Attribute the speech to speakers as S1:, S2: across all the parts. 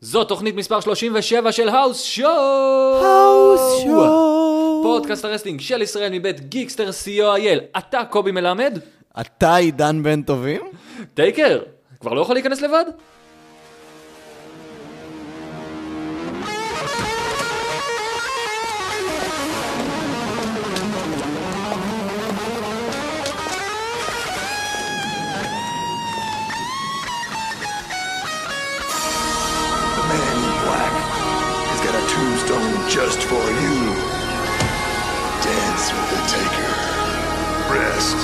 S1: זו תוכנית מספר 37 של האוס שואו!
S2: האוס שואו!
S1: פודקאסט הרסטינג של ישראל מבית גיקסטר co.il. אתה קובי מלמד?
S2: אתה עידן בן טובים?
S1: טייקר, כבר לא יכול להיכנס לבד?
S3: The man in black has got a tombstone just for you. Dance with the taker. Rest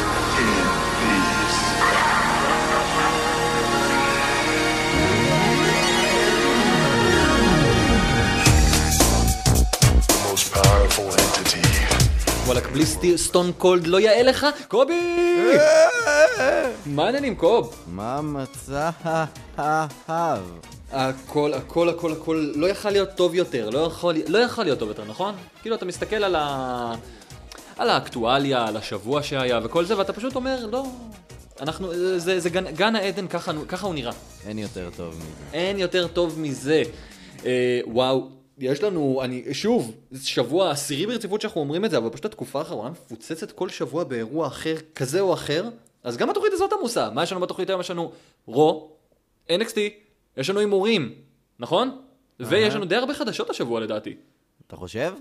S3: in peace. The most powerful entity.
S1: וואלכ, בלי סטיר- סטון קולד לא יאה לך? קובי! מה העניינים קוב?
S2: מה מצא האב?
S1: הכל, הכל, הכל, הכל לא יכל להיות טוב יותר, לא יכול, לא יכל להיות טוב יותר, נכון? כאילו, אתה מסתכל על ה... על האקטואליה, על השבוע שהיה וכל זה, ואתה פשוט אומר, לא, אנחנו, זה, זה גן, גן העדן, ככה, ככה הוא נראה.
S2: אין יותר טוב מזה.
S1: אין יותר טוב מזה. אה, וואו, יש לנו, אני, שוב, זה שבוע עשירי ברציפות שאנחנו אומרים את זה, אבל פשוט התקופה האחרונה מפוצצת כל שבוע באירוע אחר, כזה או אחר, אז גם התוכנית הזאת עמוסה. מה יש לנו בתוכנית היום? יש לנו רו, NXT, יש לנו הימורים, נכון? ויש לנו די הרבה חדשות השבוע לדעתי.
S2: אתה חושב?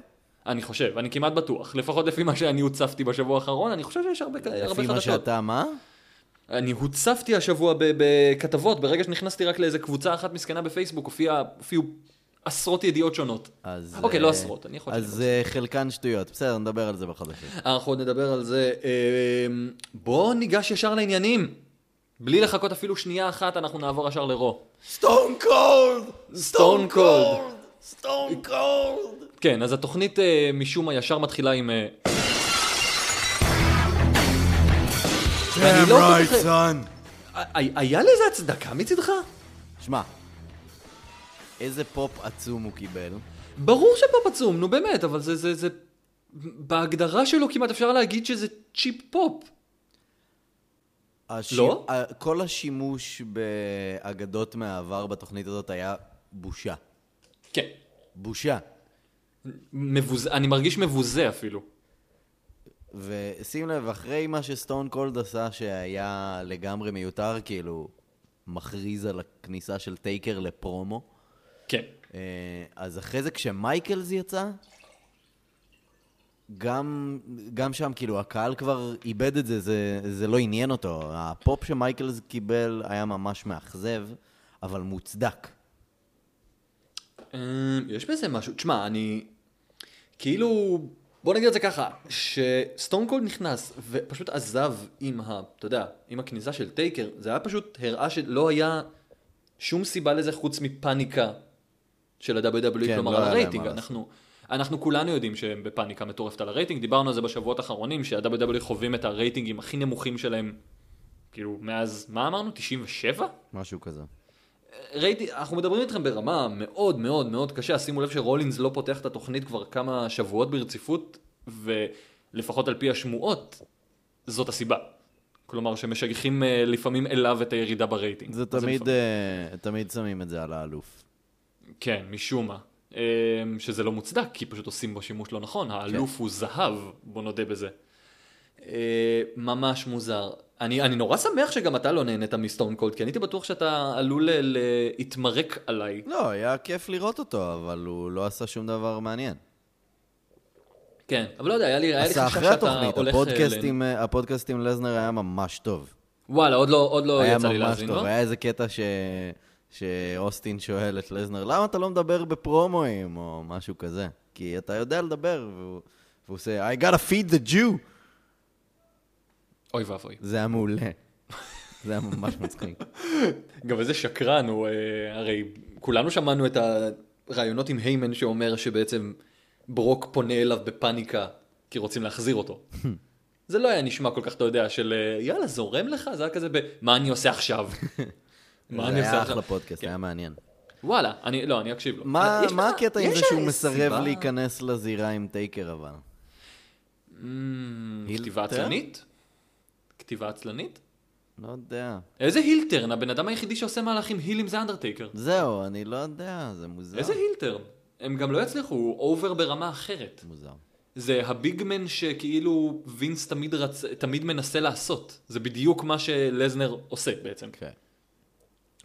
S1: אני חושב, אני כמעט בטוח, לפחות לפי מה שאני הוצפתי בשבוע האחרון, אני חושב שיש הרבה, הרבה חדשות.
S2: לפי מה שאתה, מה?
S1: אני הוצפתי השבוע ב- בכתבות, ברגע שנכנסתי רק לאיזה קבוצה אחת מסכנה בפייסבוק, הופיע- הופיעו עשרות ידיעות שונות.
S2: אז...
S1: אוקיי,
S2: אה,
S1: לא עשרות, אני יכול...
S2: אז אה, חלקן שטויות. בסדר, נדבר על זה בחדשים.
S1: אנחנו עוד נדבר על זה. אה, בואו ניגש ישר לעניינים. בלי לחכות אפילו שנייה אחת, אנחנו נעבור ישר לרו.
S2: סטון קולד!
S1: סטון קולד.
S2: סטון קולד!
S1: כן, אז התוכנית אה, משום מה ישר מתחילה עם... אה, ואני לא כל כך-
S2: son.
S1: ה- ה- היה לזה הצדקה מצידך?
S2: שמע, איזה פופ עצום הוא קיבל.
S1: ברור שפופ עצום, נו באמת, אבל זה, זה, זה... בהגדרה שלו כמעט אפשר להגיד שזה צ'יפ פופ.
S2: הש...
S1: לא?
S2: ה- כל השימוש באגדות מהעבר בתוכנית הזאת היה בושה.
S1: כן.
S2: בושה.
S1: מבוזה, אני מרגיש מבוזה אפילו.
S2: ושים לב, אחרי מה שסטון קולד עשה, שהיה לגמרי מיותר, כאילו, מכריז על הכניסה של טייקר לפרומו,
S1: כן.
S2: אה, אז אחרי זה כשמייקלס יצא, גם, גם שם, כאילו, הקהל כבר איבד את זה, זה, זה לא עניין אותו. הפופ שמייקלס קיבל היה ממש מאכזב, אבל מוצדק.
S1: אמ, יש בזה משהו, תשמע, אני... כאילו... בוא נגיד את זה ככה, שסטון קולד נכנס ופשוט עזב עם ה... אתה יודע, עם הכניסה של טייקר, זה היה פשוט הראה שלא היה שום סיבה לזה חוץ מפאניקה של ה-WWE,
S2: כן,
S1: כלומר
S2: לא
S1: על
S2: היה להם
S1: הרייטינג.
S2: מה לעשות.
S1: אנחנו, אנחנו כולנו יודעים שהם בפאניקה מטורפת על הרייטינג, דיברנו על זה בשבועות האחרונים, שה-WWE חווים את הרייטינגים הכי נמוכים שלהם, כאילו, מאז, מה אמרנו? 97?
S2: משהו כזה.
S1: ראיתי, אנחנו מדברים איתכם ברמה מאוד מאוד מאוד קשה, שימו לב שרולינס לא פותח את התוכנית כבר כמה שבועות ברציפות, ולפחות על פי השמועות, זאת הסיבה. כלומר שמשגחים אה, לפעמים אליו את הירידה ברייטינג.
S2: זה
S1: אז
S2: תמיד,
S1: לפעמים-
S2: אה, תמיד שמים את זה על האלוף.
S1: כן, משום מה. אה, שזה לא מוצדק, כי פשוט עושים בו שימוש לא נכון.
S2: כן.
S1: האלוף הוא זהב, בוא נודה בזה. אה, ממש מוזר. אני, אני נורא שמח שגם אתה לא נהנית מסטון קולד, כי אני הייתי בטוח שאתה עלול ל- להתמרק עליי.
S2: לא, היה כיף לראות אותו, אבל הוא לא עשה שום דבר מעניין.
S1: כן, אבל לא יודע, היה לי, היה לי
S2: עשה
S1: חשש
S2: אחרי
S1: שאתה
S2: התוכנית,
S1: הולך... אה,
S2: הפודקאסט
S1: ל...
S2: עם- הפודקאסט עם לזנר היה ממש טוב.
S1: וואלה, עוד לא, עוד לא
S2: היה
S1: יצא לי
S2: ממש
S1: להאזין לו.
S2: טוב, היה איזה קטע ש... שאוסטין שואל את לזנר, למה אתה לא מדבר בפרומואים או משהו כזה? כי אתה יודע לדבר, והוא, והוא עושה, I gotta feed the Jew!
S1: אוי ואבוי.
S2: זה היה מעולה. זה היה ממש מצחיק.
S1: גם איזה שקרן הוא, אה, הרי כולנו שמענו את הראיונות עם היימן שאומר שבעצם ברוק פונה אליו בפאניקה כי רוצים להחזיר אותו. זה לא היה נשמע כל כך, אתה יודע, של אה, יאללה, זורם לך? זה היה כזה ב... מה אני עושה עכשיו? מה אני
S2: זה
S1: עושה
S2: היה
S1: עכשיו? כן.
S2: אחלה פודקאסט, היה מעניין.
S1: וואלה, אני, לא, אני אקשיב לו.
S2: מה
S1: יש
S2: מה
S1: לך-
S2: הקטע עם
S1: יש
S2: זה שהוא
S1: איזה
S2: מסרב
S1: סיבה?
S2: להיכנס לזירה עם טייקר אבל?
S1: אמ,
S2: היא-
S1: כתיבה
S2: אתה יודע?
S1: עצלנית? כתיבה עצלנית?
S2: לא יודע.
S1: איזה הילטרן? הבן אדם היחידי שעושה מהלכים הילים זה אנדרטייקר.
S2: זהו, אני לא יודע, זה מוזר.
S1: איזה הילטרן? הם גם לא יצליחו, הוא אובר ברמה אחרת.
S2: מוזר.
S1: זה הביגמן שכאילו וינס תמיד, רצ... תמיד מנסה לעשות. זה בדיוק מה שלזנר עושה בעצם.
S2: כן.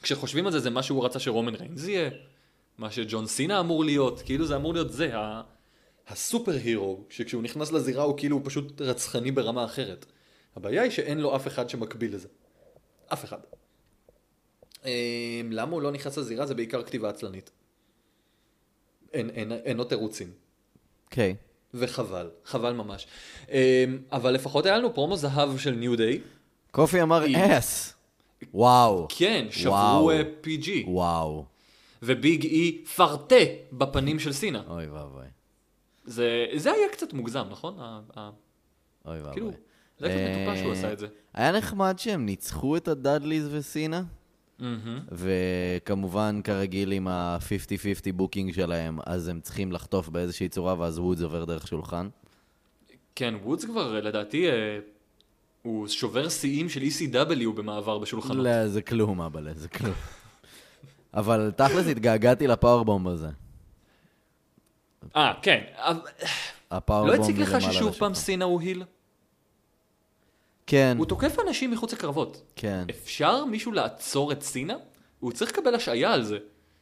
S1: כשחושבים על זה, זה מה שהוא רצה שרומן ריינז יהיה, מה שג'ון סינה אמור להיות, כאילו זה אמור להיות זה, ה... הסופר הירו, שכשהוא נכנס לזירה הוא כאילו הוא פשוט רצחני ברמה אחרת. הבעיה היא שאין לו אף אחד שמקביל לזה. אף אחד. אה, למה הוא לא נכנס לזירה? זה בעיקר כתיבה עצלנית. אין, אין, אין לו תירוצים.
S2: אוקיי.
S1: וחבל, חבל ממש. אה, אבל לפחות היה לנו פרומו זהב של ניו דיי.
S2: קופי אמר אס. וואו.
S1: כן, שברו
S2: וואו.
S1: אה, PG.
S2: וואו.
S1: וביג אי פרטה בפנים של סינה.
S2: אוי ואבוי.
S1: זה, זה היה קצת מוגזם, נכון? ה, ה...
S2: אוי ואבוי.
S1: כאילו, זה היה קצת מטופש שהוא
S2: אה,
S1: עשה את זה.
S2: היה נחמד שהם ניצחו את הדאדליז וסינה,
S1: אה?
S2: וכמובן, כרגיל, עם ה-50-50 בוקינג שלהם, אז הם צריכים לחטוף באיזושהי צורה, ואז וודס עובר דרך שולחן.
S1: כן, וודס כבר, אה, לדעתי, אה, הוא שובר שיאים של ECW במעבר בשולחנות.
S2: לא, זה כלום, אבל זה כלום. אבל תכלס התגעגעתי לפאורבום הזה.
S1: אה, כן. אבל-
S2: הפאורבום
S1: לא הציק
S2: מלמעלה
S1: לך ששוב
S2: לשולחן.
S1: פעם סינה הוא היל?
S2: כן,
S1: הוא תוקף אנשים מחוץ לקרבות.
S2: כן.
S1: אפשר מישהו לעצור את סינה? הוא צריך לקבל השעיה על זה.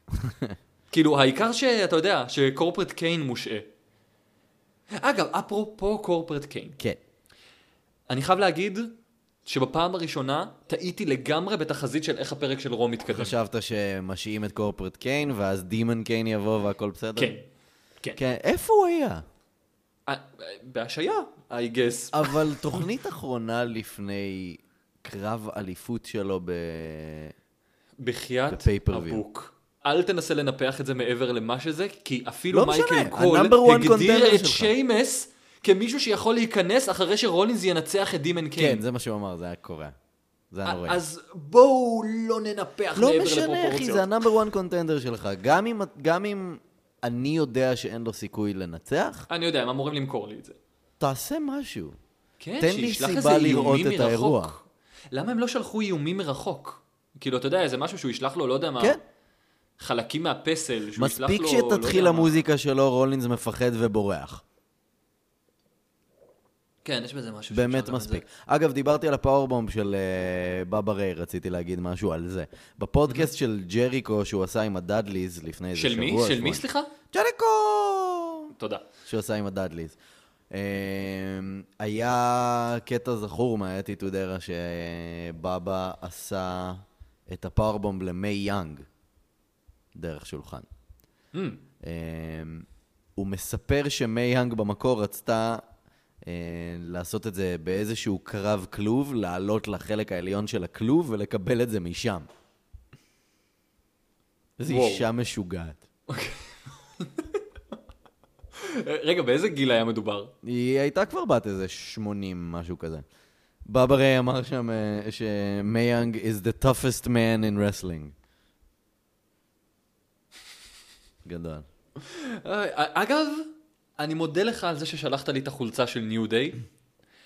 S1: כאילו, העיקר שאתה יודע, שקורפרט קיין מושעה. אגב, אפרופו קורפרט קיין,
S2: כן.
S1: אני חייב להגיד שבפעם הראשונה טעיתי לגמרי בתחזית של איך הפרק של רום מתקדם.
S2: חשבת שמשעים את קורפרט קיין, ואז דימון קיין יבוא והכל בסדר?
S1: כן. כן.
S2: כן, איפה הוא היה?
S1: אה, אה, בהשעיה, I guess.
S2: אבל תוכנית אחרונה לפני קרב אליפות שלו ב...
S1: בחייאת
S2: בפייפריוויו.
S1: הבוק. אל תנסה לנפח את זה מעבר למה שזה, כי אפילו
S2: לא
S1: מייקל
S2: משנה,
S1: קול
S2: ה-number one
S1: הגדיר
S2: contender
S1: את
S2: שלך.
S1: שיימס כמישהו שיכול להיכנס אחרי שרולינס ינצח את דימן קיין.
S2: כן, זה מה שהוא אמר, זה היה קורה. זה היה נוראי.
S1: אז בואו לא ננפח
S2: לא
S1: מעבר
S2: משנה, אחי,
S1: לפרופורציות.
S2: זה הנאמבר 1 קונטנדר שלך. גם אם, גם אם אני יודע שאין לו סיכוי לנצח,
S1: אני יודע, הם אמורים למכור לי את זה.
S2: תעשה משהו.
S1: כן,
S2: תן לי
S1: שישלח
S2: סיבה
S1: איזה איומים
S2: לראות את
S1: מרחוק.
S2: האירוע.
S1: למה הם לא שלחו איומים מרחוק? כאילו, אתה יודע, זה משהו שהוא ישלח לו, לא יודע מה,
S2: כן.
S1: חלקים מהפסל, שהוא ישלח לו,
S2: מספיק
S1: לא
S2: שתתחיל
S1: יודע מה.
S2: המוזיקה שלו, רולינס מפחד ובורח.
S1: כן, יש בזה משהו.
S2: באמת
S1: שאפשר גם את זה.
S2: מספיק. אגב, דיברתי על הפאורבום של אה, בבא ריי, רציתי להגיד משהו על זה. בפודקאסט של ג'ריקו שהוא עשה עם הדאדליז לפני איזה שבוע.
S1: Mhm. של מי? של מי,
S2: שבועיים.
S1: סליחה?
S2: ג'ריקו!
S1: תודה.
S2: שהוא עשה עם הדאדליז. אה, היה קטע זכור מהאטיטוד ארה שבאבא עשה את הפאורבום למי יאנג דרך שולחן.
S1: Mm,
S2: אה, הוא מספר שמי יאנג במקור רצתה אה, לעשות את זה באיזשהו קרב כלוב, לעלות לחלק העליון של הכלוב ולקבל את זה משם. איזו
S1: וואו.
S2: אישה משוגעת.
S1: רגע, באיזה גיל היה מדובר?
S2: היא הייתה כבר בת איזה 80, משהו כזה. בבא ריי אמר שם אה, שמייאנג is the toughest man in wrestling. גדול.
S1: אה, אגב, אני מודה לך על זה ששלחת לי את החולצה של ניו דיי.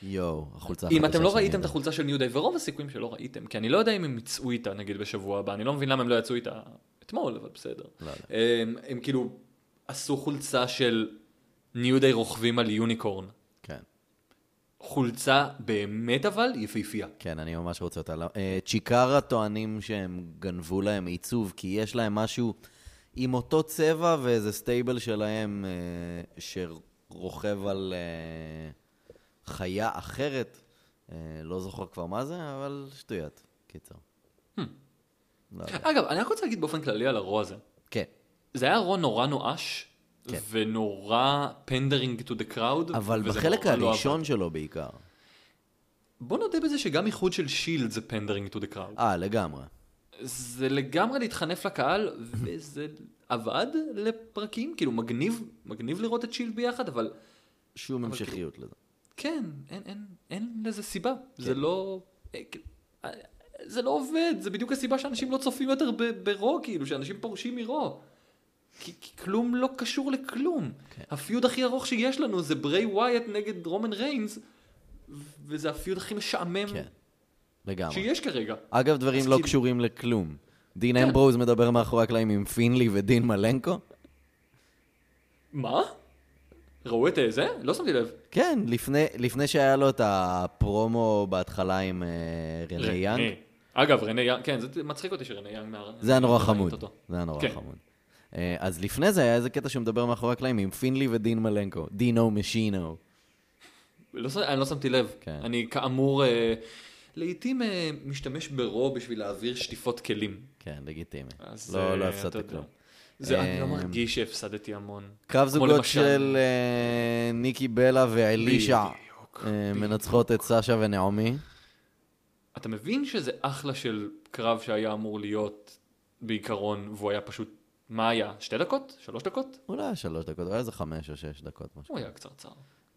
S2: יואו, החולצה
S1: אם
S2: החדשה
S1: אתם לא
S2: של
S1: ראיתם את
S2: נידה.
S1: החולצה של ניו דיי, ורוב הסיכויים שלא ראיתם, כי אני לא יודע אם הם יצאו איתה נגיד בשבוע הבא, אני לא מבין למה הם לא יצאו איתה אתמול, אבל בסדר.
S2: לא יודע.
S1: הם, הם כאילו עשו חולצה של ניו דיי רוכבים על יוניקורן.
S2: כן,
S1: חולצה באמת אבל יפהפייה.
S2: כן, אני ממש רוצה אותה. לא- אה, צ'יקרה טוענים שהם גנבו להם עיצוב, כי יש להם משהו עם אותו צבע ואיזה סטייבל שלהם אה, שרוכב על אה, חיה אחרת. אה, לא זוכר כבר מה זה, אבל שטויות. קיצור. לא יודע.
S1: אגב, אני רק רוצה להגיד באופן כללי על הרוע הזה.
S2: כן.
S1: זה היה רוע נורא נואש,
S2: כן.
S1: ונורא פנדרינג to the crowd.
S2: אבל
S1: וזה
S2: בחלק
S1: נורא לא
S2: הראשון
S1: עבד.
S2: שלו בעיקר.
S1: בוא נודה בזה שגם איחוד של שילד זה פנדרינג to the crowd.
S2: אה, לגמרי.
S1: זה לגמרי להתחנף לקהל, וזה עבד לפרקים, כאילו מגניב, מגניב לראות את שילד ביחד, אבל
S2: שום המשכיות לזה.
S1: כן, אין, אין, אין לזה סיבה.
S2: כן.
S1: זה לא... אה, כ- אה, זה לא עובד, זה בדיוק הסיבה שאנשים לא צופים יותר ב- ברו, כאילו, שאנשים פורשים מרו. כי, כי כלום לא קשור לכלום.
S2: כן.
S1: הפיוד הכי ארוך שיש לנו זה ברי ווייט נגד רומן ריינס, ו- וזה הפיוד הכי משעמם
S2: כן. לגמרי.
S1: שיש כרגע.
S2: אגב, דברים
S1: אז
S2: לא
S1: כאילו- כן.
S2: קשורים לכלום. דין אמברוז מדבר מאחורי הקלעים עם פינלי ודין מלנקו?
S1: מה? ראו את אה, זה? לא שמתי לב.
S2: כן, לפני, לפני שהיה לו את הפרומו בהתחלה עם אה, רנה יאנג.
S1: אגב, רנה יאנג, כן, זה מצחיק אותי שרנה יאנג מה...
S2: זה היה נורא
S1: ראית
S2: חמוד.
S1: אותו.
S2: זה היה נורא
S1: כן.
S2: חמוד. אה, אז לפני זה היה איזה קטע שהוא מדבר מאחורי הקלעים עם פינלי ודין מלנקו. דינו משינו.
S1: לא, ש- אני לא שמתי לב.
S2: כן.
S1: אני כאמור, אה, לעתים אה, משתמש ברו בשביל להעביר שטיפות כלים.
S2: כן, לגיטימי.
S1: אז,
S2: לא, לא
S1: אה, אתה
S2: הפסדתי
S1: יודע.
S2: כלום.
S1: זה, אני
S2: אה,
S1: לא מרגיש שהפסדתי המון.
S2: קרב
S1: כמו
S2: זוגות
S1: למשל-
S2: של אה, ניקי בלה ואלישע אה, מנצחות את סשה ונעמי.
S1: אתה מבין שזה אחלה של קרב שהיה אמור להיות בעיקרון, והוא היה פשוט, מה היה? שתי דקות? שלוש דקות?
S2: אולי שלוש דקות, אולי איזה חמש או שש דקות, משהו.
S1: הוא היה קצרצר.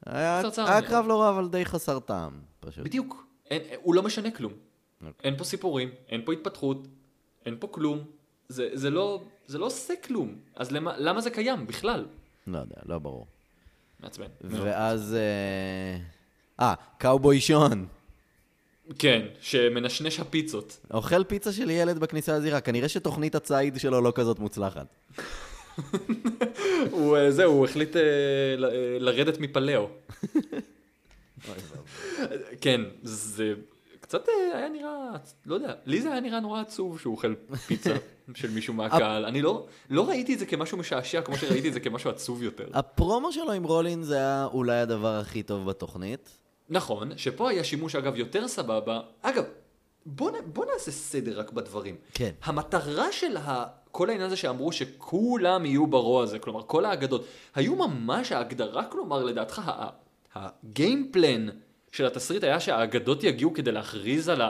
S2: היה
S1: קצרצר
S2: היה
S1: מאוד.
S2: קרב לא רע, אבל די חסר טעם, פשוט.
S1: בדיוק. אין, הוא לא משנה כלום.
S2: אוקיי.
S1: אין פה סיפורים, אין פה התפתחות, אין פה כלום. זה, זה, לא, זה לא עושה כלום. אז למה, למה זה קיים בכלל?
S2: לא יודע, לא ברור.
S1: מעצבן.
S2: ואז... אה, אה, קאובוי שון.
S1: כן, שמנשנש הפיצות.
S2: אוכל פיצה של ילד בכניסה לזירה. כנראה שתוכנית הציד שלו לא כזאת מוצלחת.
S1: הוא, אה, זהו, הוא החליט אה, ל- אה, לרדת מפלאו. כן, זה קצת אה, היה נראה, לא יודע, לי זה היה נראה נורא עצוב שהוא אוכל פיצה של מישהו מהקהל. אני לא, לא ראיתי את זה כמשהו משעשע כמו שראיתי את זה כמשהו עצוב יותר.
S2: הפרומו שלו עם רולינס היה אולי הדבר הכי טוב בתוכנית.
S1: נכון, שפה היה שימוש אגב יותר סבבה. אגב, בוא, נ- בוא נעשה סדר רק בדברים.
S2: כן.
S1: המטרה של ה... כל העניין הזה שאמרו שכולם יהיו ברוע הזה, כלומר כל האגדות, היו ממש ההגדרה, כלומר לדעתך ה- הגיימפלן של התסריט היה שהאגדות יגיעו כדי להכריז על ה...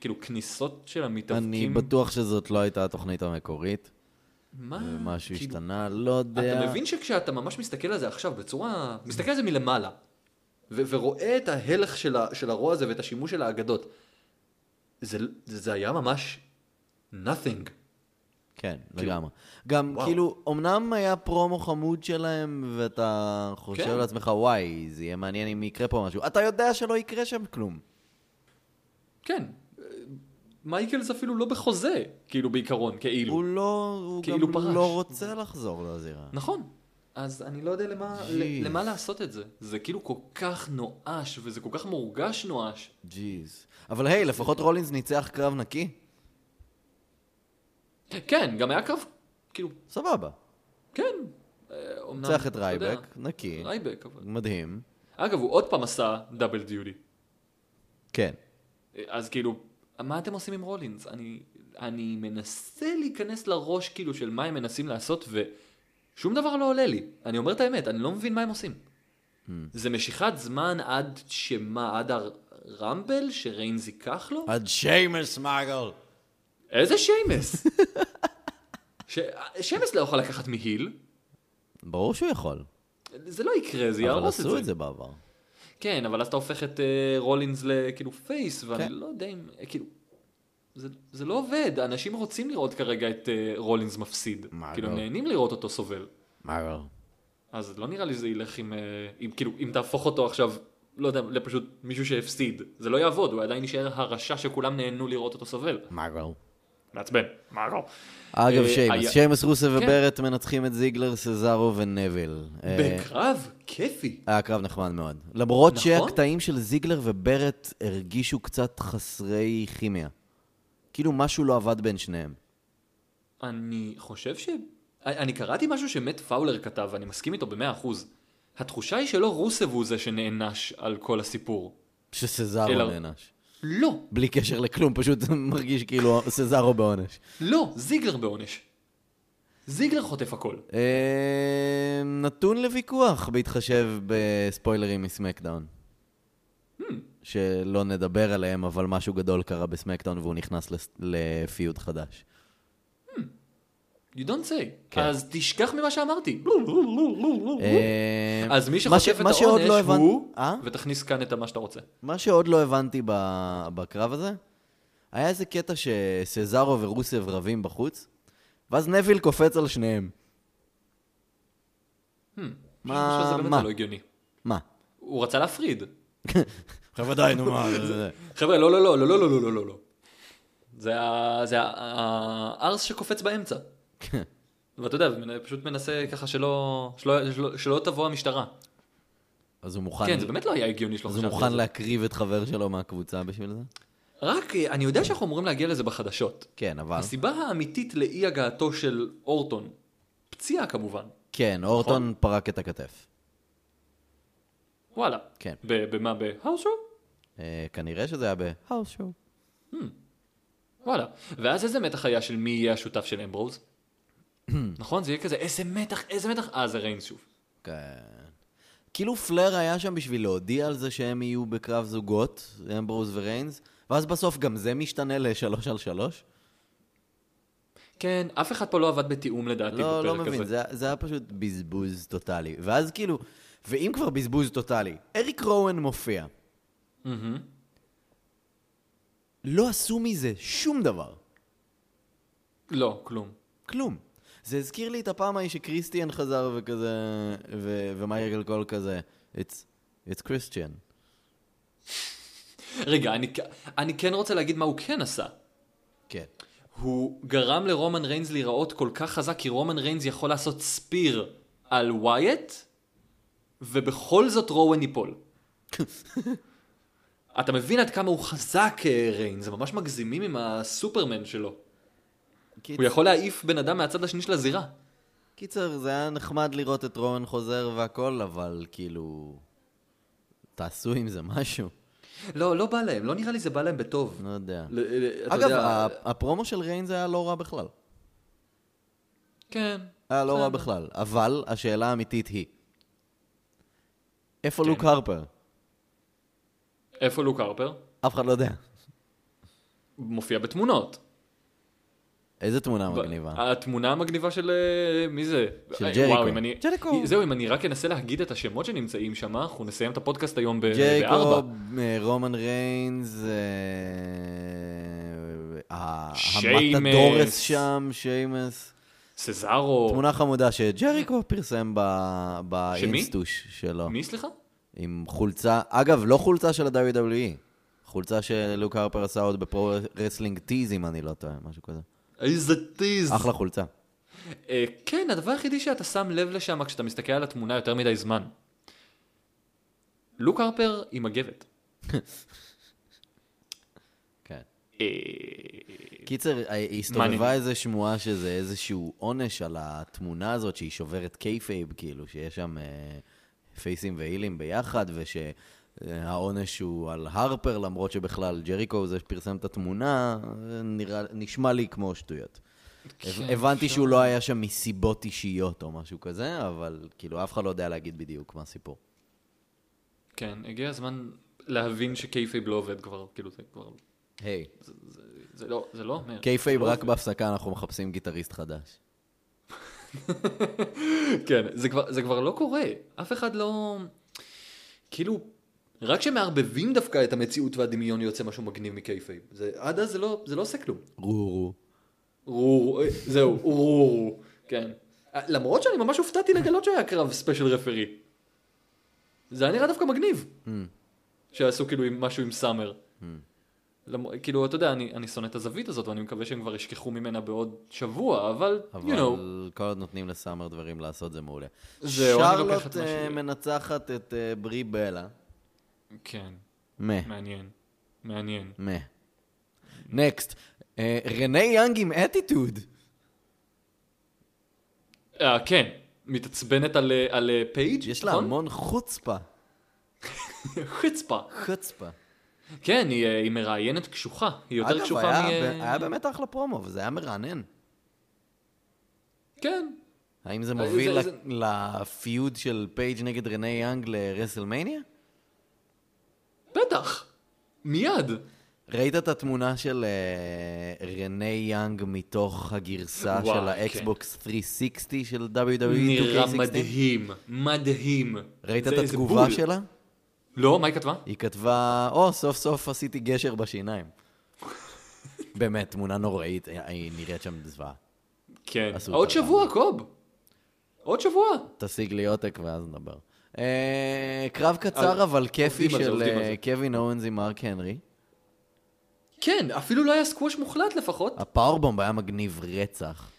S1: כאילו כניסות של
S2: אני
S1: המתאבקים.
S2: בטוח שזאת לא הייתה התוכנית המקורית.
S1: מה?
S2: משהו
S1: כאילו,
S2: השתנה, לא יודע.
S1: אתה מבין שכשאתה ממש מסתכל על זה עכשיו בצורה... מסתכל על זה מלמעלה, ו- ורואה את ההלך של, ה- של הרוע הזה ואת השימוש של האגדות, זה, זה, זה היה ממש nothing.
S2: כן, לגמרי. גם
S1: כאילו- וואו.
S2: כאילו, אמנם היה פרומו חמוד שלהם, ואתה חושב
S1: כן.
S2: לעצמך, וואי, זה יהיה מעניין אם יקרה פה משהו. אתה יודע שלא יקרה שם כלום.
S1: כאילו- כן, אה, מייקלס אפילו לא בחוזה, כאילו בעיקרון, כאילו.
S2: הוא לא, הוא
S1: כאילו
S2: גם
S1: פרש.
S2: לא רוצה לחזור לזירה.
S1: נכון. אז אני לא יודע למה,
S2: ג'יז.
S1: ל- למה לעשות את זה. זה כאילו כל כך נואש, וזה כל כך מורגש נואש.
S2: ג'יז. אבל היי, לפחות רולינס ניצח קרב נקי.
S1: כן, גם היה קרב, כאילו,
S2: סבבה.
S1: כן. אה, אומנם,
S2: ניצח את
S1: אתה יודע,
S2: רייבק, נקי.
S1: רייבק, אבל...
S2: מדהים.
S1: אגב, הוא עוד פעם עשה דאבל דיוטי.
S2: כן.
S1: אז כאילו, מה אתם עושים עם רולינס? אני, אני מנסה להיכנס לראש כאילו של מה הם מנסים לעשות ושום דבר לא עולה לי. אני אומר את האמת, אני לא מבין מה הם עושים.
S2: Hmm.
S1: זה משיכת זמן עד שמה, עד הרמבל שריינז ייקח לו?
S2: עד שיימס מגל.
S1: איזה שיימס? ש... שיימס לא יכול לקחת מהיל,
S2: ברור שהוא יכול.
S1: זה לא יקרה, זה
S2: אבל
S1: יהרוס את זה.
S2: עשו את זה בעבר.
S1: כן, אבל אז אתה הופך את אה, רולינס לכאילו פייס, ואני
S2: כן.
S1: לא יודע אם, אה, כאילו, זה, זה לא עובד, אנשים רוצים לראות כרגע את אה, רולינס מפסיד.
S2: מה,
S1: כאילו,
S2: לא?
S1: הם נהנים לראות אותו סובל.
S2: מגל. אז
S1: אז לא נראה לי זה ילך עם, אה, עם, כאילו, אם תהפוך אותו עכשיו, לא יודע, לפשוט מישהו שהפסיד. זה לא יעבוד, הוא עדיין יישאר הרשע שכולם נהנו לראות אותו סובל.
S2: מגל.
S1: מעצבן, מה לא?
S2: אגב,
S1: אה,
S2: שיימס.
S1: היה-
S2: שיימס רוסה
S1: כן.
S2: וברט מנצחים את זיגלר, סזארו ונביל. אה,
S1: בקרב, כיפי.
S2: היה קרב נחמד מאוד. למרות
S1: נכון?
S2: שהקטעים של זיגלר וברט הרגישו קצת חסרי כימיה. כאילו משהו לא עבד בין שניהם.
S1: אני חושב ש... אני קראתי משהו שמט פאולר כתב, ואני מסכים איתו במאה אחוז. התחושה היא שלא רוסב הוא זה שנענש על כל הסיפור.
S2: שסזארו
S1: אלא-
S2: נענש.
S1: לא,
S2: בלי קשר לכלום, פשוט מרגיש כאילו סזארו בעונש.
S1: לא, זיגלר בעונש. זיגלר חוטף הכל.
S2: אה, נתון לוויכוח בהתחשב בספוילרים מסמקדאון. שלא נדבר עליהם, אבל משהו גדול קרה בסמקדאון והוא נכנס לס- לפיוד חדש.
S1: You don't say.
S2: כן.
S1: כן. אז תשכח ממה שאמרתי.
S2: אה,
S1: אז מי
S2: מה
S1: שחוטף
S2: ש-
S1: את
S2: מה
S1: העונש
S2: שעוד לא הבנ-
S1: הוא,
S2: אה?
S1: ותכניס כאן את מה שאתה רוצה.
S2: מה שעוד לא הבנתי ב- בקרב הזה, היה איזה קטע שסזארו ורוסב רבים בחוץ, ואז נביל קופץ על שניהם.
S1: אני חושב שזה
S2: מה?
S1: באמת
S2: מה?
S1: לא הגיוני.
S2: מה?
S1: הוא רצה להפריד.
S2: חבר'ה, די, נו מה, זה- זה-
S1: חבר'ה, לא, לא, לא, לא, לא, לא, לא, לא, לא, לא. זה ה- זה ה- הארס שקופץ באמצע.
S2: כן.
S1: ואתה יודע, ומנ- פשוט מנסה ככה שלא, שלא, שלא, שלא תבוא המשטרה.
S2: אז הוא מוכן,
S1: כן, זה באמת לא היה הגיוני שלא
S2: אז הוא
S1: חשבתי על
S2: מוכן
S1: זה.
S2: להקריב את חבר שלו מהקבוצה בשביל זה?
S1: רק, אה, אני יודע שאנחנו אמורים להגיע לזה בחדשות.
S2: כן, אבל...
S1: הסיבה האמיתית לאי הגעתו של אורטון, פציעה כמובן,
S2: כן,
S1: נכון.
S2: אורטון פרק את הכתף.
S1: וואלה.
S2: כן.
S1: ב- במה? בהאוס שואו?
S2: אה, כנראה שזה היה בהאוס שואו.
S1: וואלה. ואז איזה מתח היה של מי יהיה השותף של אמברוז? נכון? זה יהיה כזה, איזה מתח, איזה מתח. אה, זה ריינס שוב.
S2: כן. כאילו פלר היה שם בשביל להודיע על זה שהם יהיו בקרב זוגות, אמברוז וריינס, ואז בסוף גם זה משתנה לשלוש על שלוש.
S1: כן, אף אחד פה לא עבד בתיאום לדעתי בפרק
S2: לא,
S1: הזה.
S2: לא מבין, זה, זה היה פשוט בזבוז טוטאלי. ואז כאילו, ואם כבר בזבוז טוטאלי, אריק רואן מופיע. לא עשו מזה שום דבר.
S1: לא, כלום.
S2: כלום. זה הזכיר לי את הפעם ההיא שקריסטיאן חזר וכזה, ו- ומייקל קול כזה, it's, it's Christian.
S1: רגע, אני, כ- אני כן רוצה להגיד מה הוא כן עשה.
S2: כן.
S1: הוא גרם לרומן ריינס להיראות כל כך חזק, כי רומן ריינס יכול לעשות ספיר על ווייט, ובכל זאת רואן ייפול. אתה מבין עד כמה הוא חזק, אה, ריינס, הם ממש מגזימים עם הסופרמן שלו.
S2: קיצ...
S1: הוא יכול להעיף בן אדם מהצד השני של הזירה.
S2: קיצר, זה היה נחמד לראות את רואן חוזר והכל, אבל כאילו, תעשו עם זה משהו.
S1: לא, לא בא להם, לא נראה לי זה בא להם בטוב.
S2: לא יודע.
S1: ל- ל- אתה
S2: אגב,
S1: יודע-
S2: ה- הפרומו של ריינס היה לא רע בכלל.
S1: כן.
S2: היה לא רע בכלל. אבל השאלה האמיתית היא, איפה
S1: כן.
S2: לוק הרפר?
S1: איפה לוק הרפר?
S2: אף אחד לא יודע.
S1: מופיע בתמונות.
S2: איזה תמונה
S1: ב-
S2: מגניבה.
S1: התמונה המגניבה של אה, מי זה?
S2: של
S1: אה,
S2: ג'ריקו.
S1: וואו, אם אני...
S2: ג'ריקו.
S1: זהו, אם אני רק אנסה להגיד את השמות שנמצאים שם, אנחנו נסיים את הפודקאסט היום ב- בארבע.
S2: ג'ייקוב, אה, רומן ריינס, אה, ה-
S1: שיימס.
S2: המתדורס שם, שיימס.
S1: סזארו.
S2: תמונה חמודה שג'ריקו פרסם ב-
S1: של מי?
S2: באינסטוש שלו.
S1: מי סליחה?
S2: עם חולצה, אגב, לא חולצה של ה-WWE, חולצה שלוק הרפר עשה עוד בפרו-רסלינג טיז, אם אני לא טועה, משהו כזה.
S1: איזה טיז.
S2: אחלה חולצה.
S1: אה, כן, הדבר היחידי שאתה שם לב לשם כשאתה מסתכל על התמונה יותר מדי זמן. לוק הרפר עם מגבת.
S2: כן.
S1: אה, כאילו.
S2: קיצר, אה, הסתובבה איזו שמועה שזה איזשהו עונש על התמונה הזאת שהיא שוברת קייפייב, כאילו, שיש שם אה, פייסים והילים ביחד, ושהעונש הוא על הרפר, למרות שבכלל ג'ריקו הוא זה שפרסם את התמונה, אה, נראה, נשמע לי כמו שטויות.
S1: כן,
S2: הבנתי
S1: אפשר.
S2: שהוא לא היה שם מסיבות אישיות או משהו כזה, אבל כאילו אף אחד לא יודע להגיד בדיוק מה הסיפור.
S1: כן, הגיע הזמן להבין שקייפייב לא עובד כבר, כאילו זה כבר...
S2: היי,
S1: זה לא, זה לא אומר.
S2: קייפייב
S1: לא
S2: רק בהפסקה אנחנו מחפשים גיטריסט חדש.
S1: כן, זה כבר, זה כבר לא קורה. אף אחד לא... כאילו, רק כשמערבבים דווקא את המציאות והדמיון יוצא משהו מגניב מקייפייב. זה- עד אז זה לא, זה לא עושה כלום.
S2: רורו.
S1: רורו, אה, זהו, רורו, כן. אה, למרות שאני ממש הופתעתי לגלות שהיה קרב ספיישל רפרי. זה היה נראה דווקא מגניב. שעשו כאילו עם- משהו עם סאמר. למ- כאילו, אתה יודע, אני, אני שונא את הזווית הזאת, ואני מקווה שהם כבר ישכחו ממנה בעוד שבוע, אבל, you know,
S2: אבל כל עוד נותנים לסאמר דברים לעשות זה מעולה.
S1: זהו, אני לוקח את
S2: שרלוט
S1: מה
S2: אה,
S1: ש-
S2: מנצחת את אה, ברי בלה.
S1: כן,
S2: מה.
S1: מעניין, מעניין.
S2: מה. נקסט. אה, רנה יאנג עם אטיטוד.
S1: אה, כן, מתעצבנת על, אה, על אה, פייג',
S2: יש לה
S1: נכון?
S2: המון חוצפה.
S1: חצפה.
S2: חוצפה.
S1: כן, היא, אה, היא מראיינת קשוחה, היא יותר
S2: אגב,
S1: קשוחה
S2: היה
S1: מ...
S2: ב- היה באמת אחלה פרומו, וזה היה מרענן.
S1: כן,
S2: האם זה מוביל
S1: זה-
S2: ל- לפיוד של פייג' נגד רנה יאנג לרסלמניה?
S1: בטח, מיד.
S2: ראית את התמונה של אה, רנה יאנג מתוך הגרסה
S1: וואי,
S2: של
S1: כן.
S2: האקסבוקס 360 של E WWE?
S1: נראה
S2: 360?
S1: מדהים, מדהים.
S2: ראית
S1: זה-
S2: את
S1: זה
S2: התגובה
S1: בול.
S2: שלה?
S1: לא, מה היא כתבה?
S2: היא כתבה, או, סוף סוף עשיתי גשר בשיניים. באמת, תמונה נוראית, אה, היא נראית שם זוועה.
S1: כן.
S2: עשו
S1: עוד
S2: אותה
S1: שבוע, קוב. עוד שבוע.
S2: תשיג לי עותק ואז נדבר. אה, קרב קצר אבל כיפי
S1: עובדים על זה,
S2: של
S1: עובדים על זה.
S2: אה, קווין אורנס עם מארק הנרי.
S1: כן, אפילו לא היה סקווש מוחלט לפחות.
S2: הפאורבום היה מגניב רצח.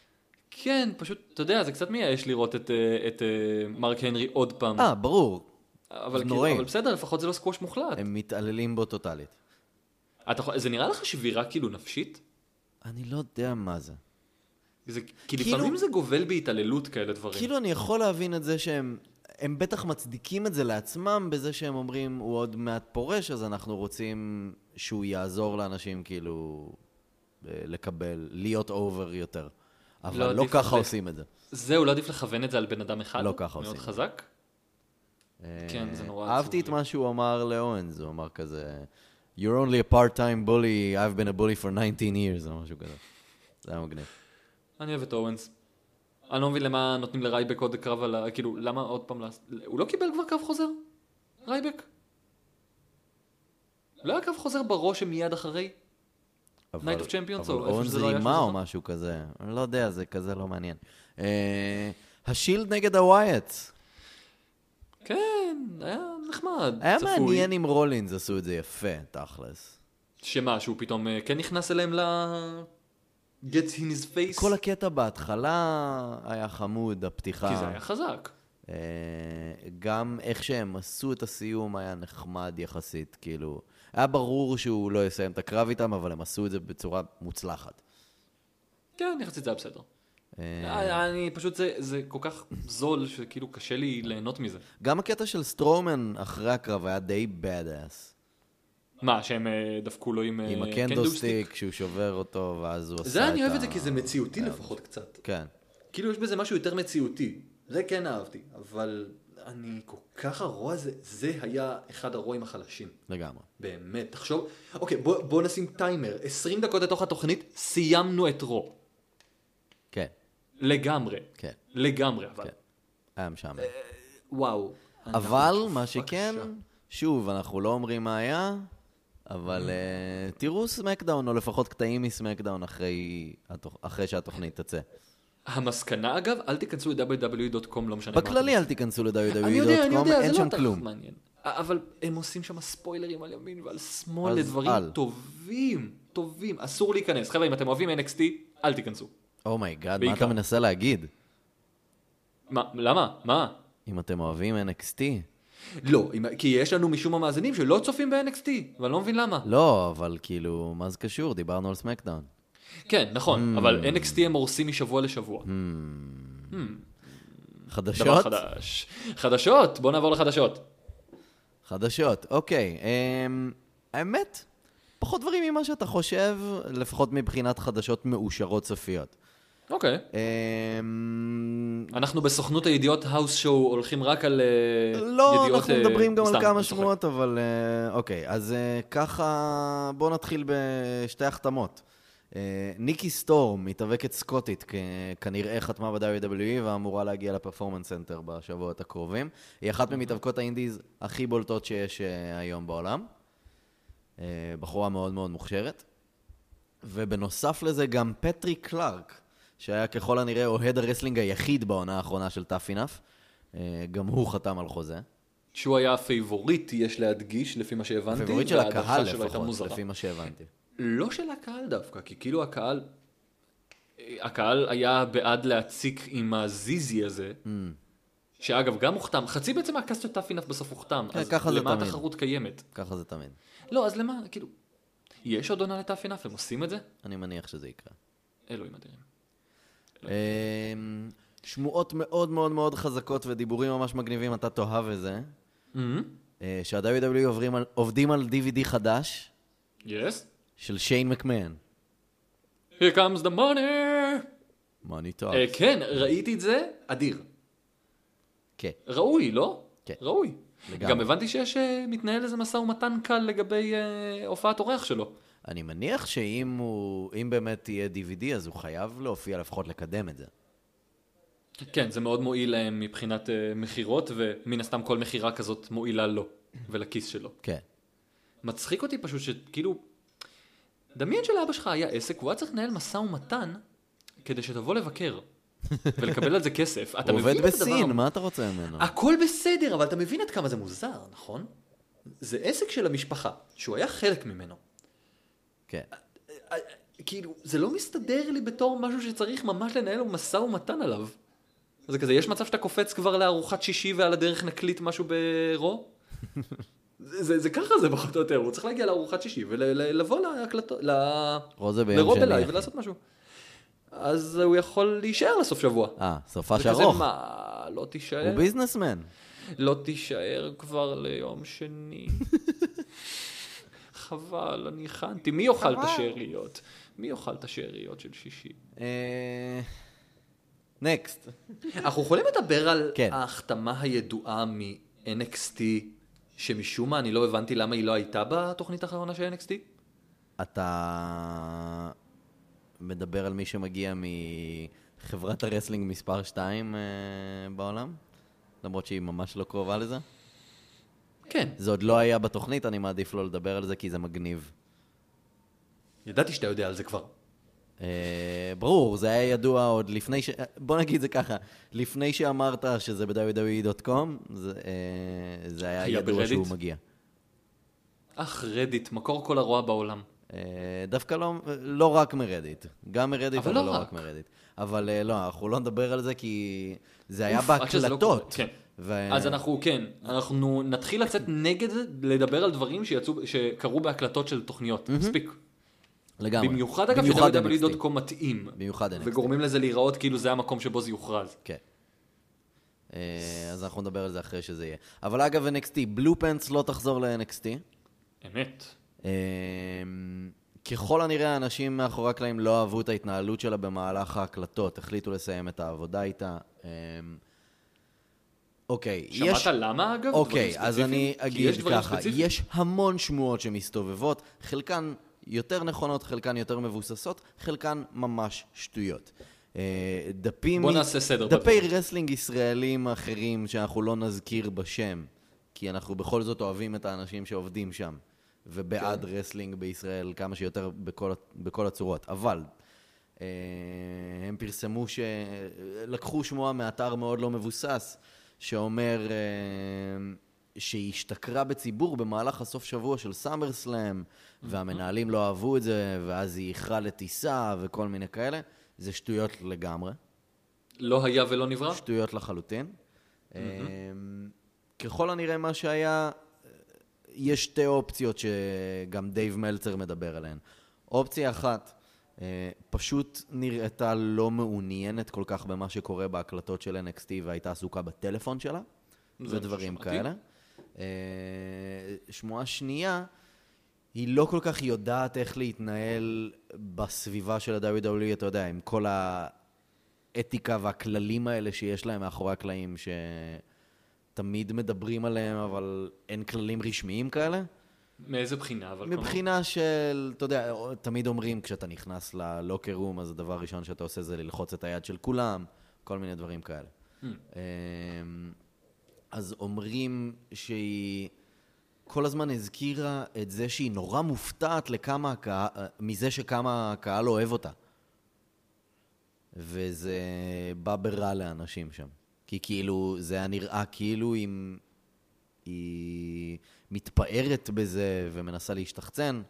S1: כן, פשוט, אתה יודע, זה קצת מייאש לראות את, אה, את אה, מרק הנרי עוד פעם.
S2: אה, ברור.
S1: אבל,
S2: זה
S1: כאילו,
S2: נוראי.
S1: אבל בסדר, לפחות זה לא סקווש מוחלט.
S2: הם מתעללים בו טוטאלית.
S1: אתה, יכול- זה נראה לך שבירה כאילו נפשית?
S2: אני לא יודע מה זה.
S1: זה, כי
S2: כאילו-
S1: לפעמים זה גובל בהתעללות כאלה דברים.
S2: כאילו אני יכול להבין את זה שהם... הם בטח מצדיקים את זה לעצמם בזה שהם אומרים, הוא עוד מעט פורש, אז אנחנו רוצים שהוא יעזור לאנשים כאילו אה, לקבל, להיות אובר יותר.
S1: לא
S2: אבל לא
S1: עדיף לך-
S2: ככה עושים את זה.
S1: זהו, לא עדיף לכוון את זה על בן אדם אחד?
S2: לא ככה
S1: מאוד
S2: עושים.
S1: חזק? כן, זה נורא עצוב.
S2: אה, אהבתי את מה שהוא אמר לאורנס, הוא אמר כזה, You're only a part-time bully, I've been a bully for 19 years, או משהו כזה. זה היה מגניב.
S1: אני אוהב את אורנס. אני לא מבין למה נותנים לרייבק עוד קרב על ה... כאילו, למה עוד פעם... לעס- הוא לא קיבל כבר קרב חוזר? רייבק? לא היה קרב חוזר בראש שמיד אחרי?
S2: אבל-
S1: Night of Champions
S2: אבל
S1: או איפה
S2: אורנס
S1: שזה לא היה
S2: רימה
S1: שזה
S2: או
S1: זוכר?
S2: משהו כזה, אני לא יודע, זה כזה לא מעניין. אה, השילד נגד הווייטס.
S1: כן, היה נחמד.
S2: היה
S1: צפוי.
S2: מעניין אם רולינס עשו את זה יפה, תכלס.
S1: שמה, שהוא פתאום אה, כן נכנס אליהם ל... gets in his face?
S2: כל הקטע בהתחלה היה חמוד, הפתיחה.
S1: כי זה היה חזק.
S2: אה, גם איך שהם עשו את הסיום היה נחמד יחסית, כאילו... היה ברור שהוא לא יסיים את הקרב איתם, אבל הם עשו את זה בצורה מוצלחת.
S1: כן, יחסית זה היה בסדר.
S2: אה,
S1: אה, אני פשוט, זה- זה כל כך זול, שכאילו קשה לי ליהנות מזה.
S2: גם הקטע של סטרומן אחרי הקרב היה די bad ass.
S1: מה, שהם אה, דפקו לו עם... אה,
S2: עם
S1: קנדל
S2: הקנדו
S1: סטיק?
S2: סטיק, כשהוא שובר אותו, ואז הוא עשה את
S1: זה אני אוהב את זה
S2: ה-
S1: כי זה מציאותי לפחות קצת.
S2: כן.
S1: כאילו יש בזה משהו יותר מציאותי. זה כן אהבתי, אבל אני כל כך הרוע הזה, זה היה אחד הרועים החלשים.
S2: לגמרי.
S1: באמת, תחשוב. אוקיי, בוא, בוא נשים טיימר. 20 דקות לתוך התוכנית, סיימנו את רו.
S2: כן,
S1: לגמרי.
S2: כן.
S1: לגמרי, אבל.
S2: כן. היה משעמם.
S1: וואו.
S2: אבל
S1: אנחנו
S2: מה
S1: תקופה
S2: שכן,
S1: קשה.
S2: שוב, אנחנו לא אומרים מה היה, אבל אה, תראו סמקדאון, או לפחות קטעים מסמקדאון אחרי התוכ- אחרי שהתוכנית תצא.
S1: אה, המסקנה אגב, אל תיכנסו ל-www.com, לא משנה מה.
S2: בכללי,
S1: אתם
S2: אל תיכנסו
S1: אני יודע, אני
S2: ל-www.com,
S1: יודע,
S2: אין
S1: זה לא
S2: שם
S1: אתר
S2: כלום.
S1: מעניין. אבל הם עושים שם ספוילרים על ימין ועל שמאל
S2: אז
S1: לדברים
S2: אל.
S1: טובים, טובים. אסור להיכנס. חבר'ה, אם אתם אוהבים NXT, אל תיכנסו.
S2: אומייגאד, Oh מה
S1: בעיקר.
S2: אתה מנסה להגיד?
S1: מה, למה? מה?
S2: אם אתם אוהבים NXT?
S1: לא, אם- כי יש לנו משום מה מאזינים שלא צופים ב-NXT, ואני לא מבין למה.
S2: לא, אבל כאילו, מה זה קשור? דיברנו על סמקדאון.
S1: כן,
S2: Hmm.
S1: נכון, אבל NXT הם הורסים משבוע לשבוע. דבר אה,
S2: חדשות?
S1: חדש. חדשות, בואו נעבור לחדשות.
S2: חדשות, אוקיי. אמ, האמת, פחות דברים ממה שאתה חושב, לפחות מבחינת חדשות מאושרות סופיות.
S1: אוקיי.
S2: אמ,
S1: אנחנו בסוכנות הידיעות האוס שואו הולכים רק על אה, ידיעות...
S2: לא, אנחנו
S1: אה,
S2: מדברים גם
S1: סתם,
S2: על
S1: אני
S2: כמה
S1: צוחק.
S2: שמועות, אבל אה, אוקיי. אז אה, ככה, בואו נתחיל בשתי החתמות. אה, ניקי סטורם, מתאבקת סקוטית, כ- כנראה חתמה ב-WWE ואמורה להגיע לפרפורמנס סנטר בשבועות הקרובים. היא אחת ממתאבקות האינדיז הכי בולטות שיש אה, היום בעולם. אה, בחורה מאוד מאוד מוכשרת. ובנוסף לזה גם פטרי קלארק, שהיה ככל הנראה אוהד הרסלינג היחיד בעונה האחרונה של טאפי נאף, אה, גם הוא חתם על חוזה.
S1: שהוא היה הפייבוריט, יש להדגיש, לפי מה שהבנתי.
S2: פייבוריט של
S1: וההדחה
S2: הקהל
S1: שלו הייתה
S2: לפחות,
S1: מוזרה.
S2: לפי מה שהבנתי.
S1: לא של הקהל דווקא, כי כאילו הקהל... אה, הקהל היה בעד להציק עם הזיזי הזה,
S2: Mm.
S1: שאגב, גם הוחתם, חצי בעצם מהקאסט של טאפינאף בסוף הוחתם,
S2: כן,
S1: אז
S2: ככה זה
S1: למה
S2: תמיד.
S1: התחרות קיימת?
S2: ככה זה תמיד.
S1: לא, אז למה, כאילו, יש עוד עונה לטאפינאף, הם עושים את זה?
S2: אני מניח שזה יקרה.
S1: אלוהים אדירים. לא.
S2: אמ, שמועות מאוד מאוד מאוד חזקות ודיבורים ממש מגניבים, אתה תאהב את זה. אה, שה-WWE עוברים על- עובדים על DVD חדש
S1: יס?
S2: של שיין מקמן.
S1: Here comes the money!
S2: מה אני טוב?
S1: אה, כן, ראיתי את זה, אדיר.
S2: כן.
S1: ראוי, לא?
S2: כן.
S1: ראוי.
S2: לגמרי.
S1: גם הבנתי שיש, אה, מתנהל איזה משא ומתן קל לגבי אה, הופעת אורח שלו.
S2: אני מניח שאם הוא, אם באמת תהיה DVD, אז הוא חייב להופיע לפחות לקדם את זה.
S1: כן, זה מאוד מועיל להם מבחינת אה, מכירות, ומן הסתם כל מכירה כזאת מועילה לו ולכיס שלו.
S2: כן.
S1: מצחיק אותי פשוט שכאילו, דמיין שלאבא שלך היה עסק, הוא היה צריך לנהל משא ומתן כדי שתבוא לבקר. ולקבל על זה כסף. אתה
S2: הוא
S1: מבין
S2: עובד
S1: את הדבר אה,
S2: בסין, מה אתה רוצה ממנו?
S1: הכל בסדר, אבל אתה מבין עד כמה זה מוזר, נכון? זה עסק של המשפחה, שהוא היה חלק ממנו.
S2: כן.
S1: אה, כאילו, זה לא מסתדר לי בתור משהו שצריך ממש לנהל משא ומתן עליו. זה כזה, יש מצב שאתה קופץ כבר לארוחת שישי ועל הדרך נקליט משהו ברו? זה, זה, זה ככה זה פחות או יותר, הוא צריך להגיע לארוחת שישי ולבוא להקלטות, ל...
S2: רוזה ביום
S1: לרוב
S2: שני,
S1: אליי
S2: אחי.
S1: ולעשות משהו. אז הוא יכול להישאר לסוף שבוע.
S2: אה, סופש
S1: זה כזה,
S2: ארוך.
S1: מה, לא תישאר?
S2: הוא ביזנסמן.
S1: לא תישאר כבר ליום שני. חבל, אני הכנתי. מי יאכל את השאריות? מי יאכל את השאריות של שישי?
S2: אה, נקסט.
S1: אנחנו יכולים לדבר על
S2: כן.
S1: ההחתמה הידועה מ-NXT, שמשום מה אני לא הבנתי למה היא לא הייתה בתוכנית האחרונה של NXT?
S2: אתה מדבר על מי שמגיע מחברת הרסלינג מספר 2 בעולם? למרות שהיא ממש לא קרובה לזה.
S1: כן.
S2: זה עוד לא היה בתוכנית, אני מעדיף לא לדבר על זה כי זה מגניב.
S1: ידעתי שאתה יודע על זה כבר.
S2: אה, ברור, זה היה ידוע עוד לפני ש... בוא נגיד זה ככה, לפני שאמרת שזה ב-www.com, זה, אה, זה היה
S1: היה
S2: ידוע
S1: ברדיט?
S2: שהוא מגיע.
S1: אך רדיט, מקור כל הרוע בעולם.
S2: אה, דווקא לא, לא רק מרדיט, גם מרדיט,
S1: אבל לא
S2: אבל, לא
S1: רק.
S2: רק מרדיט. אבל אה, לא, אנחנו לא נדבר על זה כי זה היה
S1: אוף, עד שזה לא קורה,
S2: בהקלטות.
S1: כן.
S2: ו-
S1: אז אנחנו, כן, אנחנו נתחיל לצאת נגד לדבר על דברים שיצאו, שקרו בהקלטות של תוכניות. מספיק.
S2: לגמרי.
S1: במיוחד אגב,
S2: במיוחד NXT.
S1: ש-www.com מתאים.
S2: במיוחד NXT.
S1: וגורמים לזה להיראות כאילו זה המקום שבו זה יוכרז.
S2: כן. אה, אז אנחנו נדבר על זה אחרי שזה יהיה. אבל אגב, NXT, בלו פנס לא תחזור ל-NXT.
S1: אמת.
S2: אמ, אה, ככל הנראה, האנשים מאחורי הקלעים לא אהבו את ההתנהלות שלה במהלך ההקלטות, החליטו לסיים את העבודה איתה. אמ, אוקיי,
S1: שמעת
S2: יש...
S1: למה אגב?
S2: אוקיי,
S1: דברים
S2: אז אני
S1: ספציפיים? כי
S2: אגיד
S1: יש דברים
S2: ככה,
S1: ספציפיים.
S2: יש המון שמועות שמסתובבות, חלקן יותר נכונות, חלקן יותר מבוססות, חלקן ממש שטויות. אה, דפים...
S1: בוא נעשה סדר
S2: דפי
S1: בדברים.
S2: רסלינג ישראלים אחרים שאנחנו לא נזכיר בשם, כי אנחנו בכל זאת אוהבים את האנשים שעובדים שם, ובעד כן. רסלינג בישראל כמה שיותר בכל, בכל הצורות. אבל אה, הם פרסמו ש... לקחו שמועה מאתר מאוד לא מבוסס, שאומר אה, שהיא השתכרה בציבור במהלך הסוף שבוע של סאמר סלאם, והמנהלים לא אהבו את זה, ואז היא איחרה לטיסה וכל מיני כאלה. זה שטויות לגמרי.
S1: לא היה ולא נברא?
S2: שטויות לחלוטין. אה, ככל הנראה מה שהיה, אה, יש שתי אופציות שגם דייב מלצר מדבר עליהן. אופציה אחת, אה, פשוט נראתה לא מעוניינת כל כך במה שקורה בהקלטות של NXT והייתה עסוקה בטלפון שלה,
S1: זה
S2: ודברים
S1: מה ששמעתי.
S2: כאלה. אה, שמועה שנייה, היא לא כל כך יודעת איך להתנהל בסביבה של ה-WWE, אתה יודע, עם כל האתיקה והכללים האלה שיש להם מאחורי הקלעים, שתמיד מדברים עליהם, אבל אין כללים רשמיים כאלה.
S1: מאיזה בחינה? אבל כלומר?
S2: מבחינה של, אתה יודע, תמיד אומרים כשאתה נכנס ללוקר רום, אז הדבר הראשון שאתה עושה זה ללחוץ את היד של כולם, כל מיני דברים כאלה. אמ, אז אומרים שהיא כל הזמן הזכירה את זה שהיא נורא מופתעת לכמה הקהל, מזה שכמה הקהל אוהב אותה. וזה בא ברע לאנשים שם. כי כאילו, זה היה נראה כאילו אם היא מתפארת בזה ומנסה להשתחצן,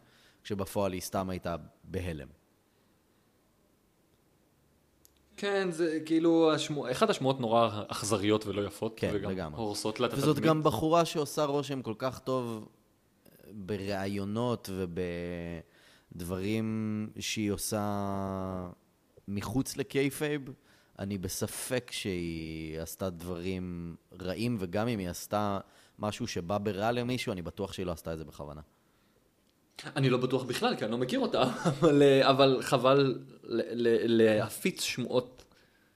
S2: כשבפועל היא סתם הייתה בהלם.
S1: כן, זה כאילו, השמו... אחת השמועות נורא אכזריות ולא יפות,
S2: כן,
S1: וגם
S2: לגמרי.
S1: הורסות לה את
S2: וזאת גם בחורה שעושה רושם כל כך טוב בראיונות ובדברים שהיא עושה מחוץ לקייפייב. אני בספק שהיא עשתה דברים רעים, וגם אם היא עשתה משהו שבא ברע למישהו, אני בטוח שהיא לא עשתה את זה בכוונה.
S1: אני לא בטוח בכלל, כי אני לא מכיר אותה, אבל, אה, אבל חבל ל- ל- להפיץ שמועות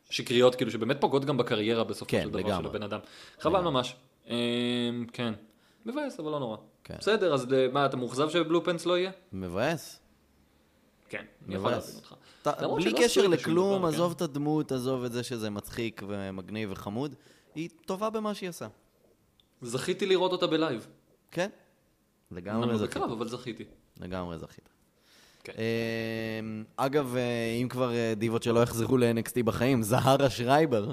S1: שקריות, כאילו, שבאמת פוגעות גם בקריירה בסופו
S2: כן,
S1: של דבר
S2: לגמרי.
S1: של הבן אדם. חבל ממש. אה, כן. מבאס, אבל לא נורא.
S2: כן.
S1: בסדר, אז אה, מה, אתה מאוכזב שבלופנס לא יהיה?
S2: מבאס.
S1: כן, אני יכול
S2: מבאס.
S1: להבין אותך.
S2: אתה-
S1: למרות
S2: בלי
S1: שלא
S2: קשר
S1: עשו לי שום
S2: לכלום,
S1: דבר, כן.
S2: עזוב את הדמות, עזוב את זה שזה מצחיק ומגניב וחמוד, היא טובה במה שהיא עושה.
S1: זכיתי לראות אותה בלייב.
S2: כן?
S1: אמנם
S2: לגמרי
S1: לא
S2: זכית.
S1: בקרב, אבל זכיתי.
S2: לגמרי זכית.
S1: כן.
S2: אמ, אגב, אה, אם כבר אה, דיבות שלא יחזרו ל-NXT בחיים, זהרה שרייבר.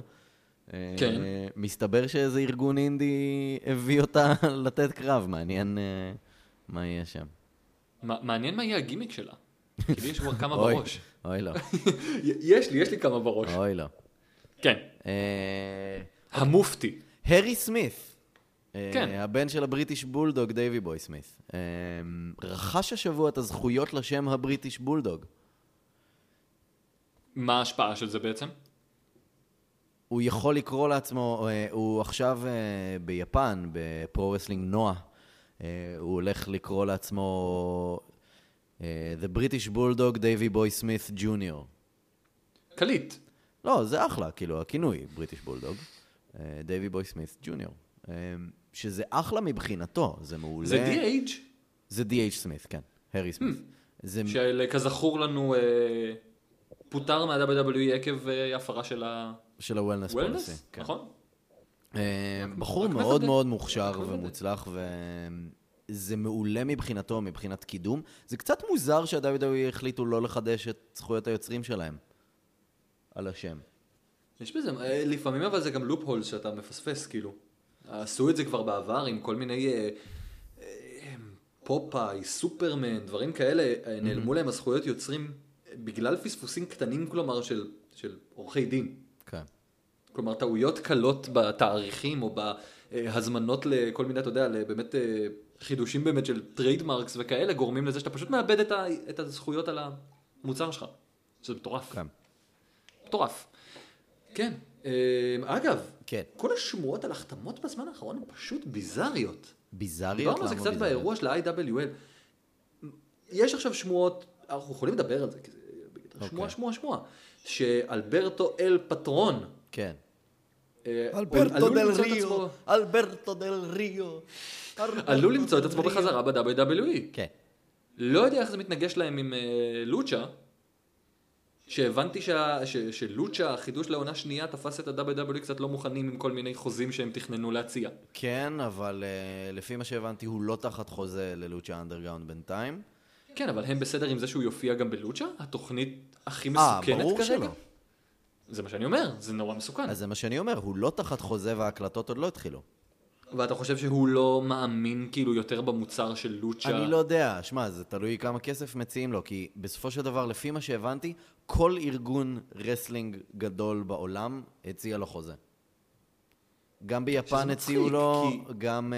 S2: אה,
S1: כן.
S2: מסתבר שאיזה ארגון אינדי הביא אותה לתת קרב, מעניין אה, מה יהיה שם.
S1: מע- מעניין מה יהיה הגימיק שלה. כי לי יש כבר כמה
S2: אוי,
S1: בראש.
S2: אוי לא,
S1: יש לי, יש לי כמה בראש.
S2: אוי לא.
S1: כן.
S2: אה,
S1: המופתי.
S2: הארי סמית, אה,
S1: כן.
S2: הבן של הבריטיש בולדוג, דייווי בוי סמית, אה, רכש השבוע את הזכויות לשם הבריטיש בולדוג.
S1: מה ההשפעה של זה בעצם?
S2: הוא יכול לקרוא לעצמו, אה, הוא עכשיו אה, ביפן, בפרו-רסלינג נועה, אה, הוא הולך לקרוא לעצמו אה, The British Bulldog דייווי בוי סמית ג'וניור.
S1: קליט.
S2: לא, זה אחלה, כאילו, הכינוי, בריטיש בולדוג, אה, דייווי בוי סמית ג'וניור. אה, שזה אחלה מבחינתו, זה מעולה.
S1: זה DH,
S2: זה DH סמית, כן, הארי סמית.
S1: Hmm.
S2: זה
S1: שכזכור לנו אה, פוטר מה-WWE עקב אה, הפרה של ה-Wellness,
S2: של ה-Wellness Policy. כן.
S1: נכון?
S2: אה, בחור
S1: רק
S2: מאוד
S1: מוודא.
S2: מאוד
S1: רק
S2: מוכשר
S1: מוודא.
S2: ומוצלח, וזה מעולה מבחינתו, מבחינת קידום. זה קצת מוזר שה-WWE החליטו לא לחדש את זכויות היוצרים שלהם. על השם.
S1: יש בזה, אה, לפעמים אבל זה גם לופ הול שאתה מפספס, כאילו. עשו את זה כבר בעבר עם כל מיני אה, אה, פופאי, סופרמן, דברים כאלה, אה, נעלמו להם הזכויות יוצרים אה, בגלל פספוסים קטנים, כלומר, של, של עורכי דין.
S2: כן.
S1: כלומר, טעויות קלות בתאריכים או בהזמנות לכל מיני, אתה יודע, באמת אה, חידושים באמת של טריידמרקס וכאלה, גורמים לזה שאתה פשוט מאבד את, ה, את הזכויות על המוצר שלך. זה מטורף.
S2: כן.
S1: מטורף. כן. אה, אגב,
S2: כן.
S1: כל השמועות על החתמות בזמן האחרון הן פשוט ביזריות.
S2: ביזאריות?
S1: דיברנו על זה
S2: למה
S1: קצת
S2: ביזאריות?
S1: באירוע של ה-IWL. יש עכשיו שמועות, אנחנו יכולים לדבר על זה, כי זה
S2: אוקיי.
S1: בגדר שמועה, שמועה, שמועה, שאלברטו אל פטרון,
S2: כן.
S1: אה,
S2: אלברטו
S1: עלול
S2: דל
S1: למצוא את עצמו-
S2: ריו, אלברטו דל ריו. אלברטו
S1: עלול למצוא את
S2: דל
S1: עצמו
S2: ריו.
S1: בחזרה ב-WWE.
S2: כן.
S1: לא יודע איך זה מתנגש להם עם אה, לוצ'ה, שהבנתי שה- ש- שלוצ'ה, החידוש לעונה שנייה, תפס את ה-WWE קצת לא מוכנים עם כל מיני חוזים שהם תכננו להציע.
S2: כן, אבל אה, לפי מה שהבנתי, הוא לא תחת חוזה ללוצ'ה אנדרגאונד בינתיים.
S1: כן, אבל הם בסדר עם זה שהוא יופיע גם בלוצ'ה? התוכנית הכי
S2: אה,
S1: מסוכנת כרגע?
S2: ברור שלא.
S1: זה מה שאני אומר, זה נורא מסוכן.
S2: אז זה מה שאני אומר, הוא לא תחת חוזה וההקלטות עוד לא התחילו.
S1: ואתה חושב שהוא לא מאמין כאילו יותר במוצר של לוצ'ה?
S2: אני לא יודע, שמע, זה תלוי כמה כסף מציעים לו, כי בסופו של דבר, לפי מה שהבנתי, כל ארגון רסלינג גדול בעולם הציע לו חוזה. גם ביפן
S1: מצחיק,
S2: הציעו לו,
S1: כי-
S2: גם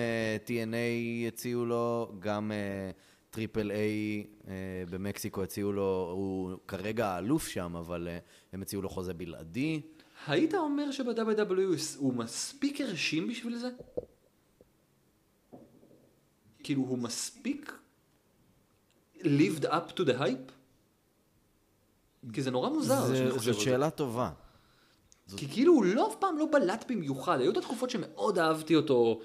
S2: uh, TNA הציעו לו, גם טריפל uh, איי uh, במקסיקו הציעו לו, הוא כרגע האלוף שם, אבל uh, הם הציעו לו חוזה בלעדי.
S1: היית אומר שב-WW הוא מספיק הרשים בשביל זה? כאילו, הוא מספיק lived up to the hype? כי זה נורא מוזר שאני לא
S2: זה-
S1: חושב על
S2: זאת
S1: זה.
S2: שאלה טובה.
S1: כי כאילו הוא לא אף פעם לא בלט במיוחד, היו את התקופות שמאוד אהבתי אותו,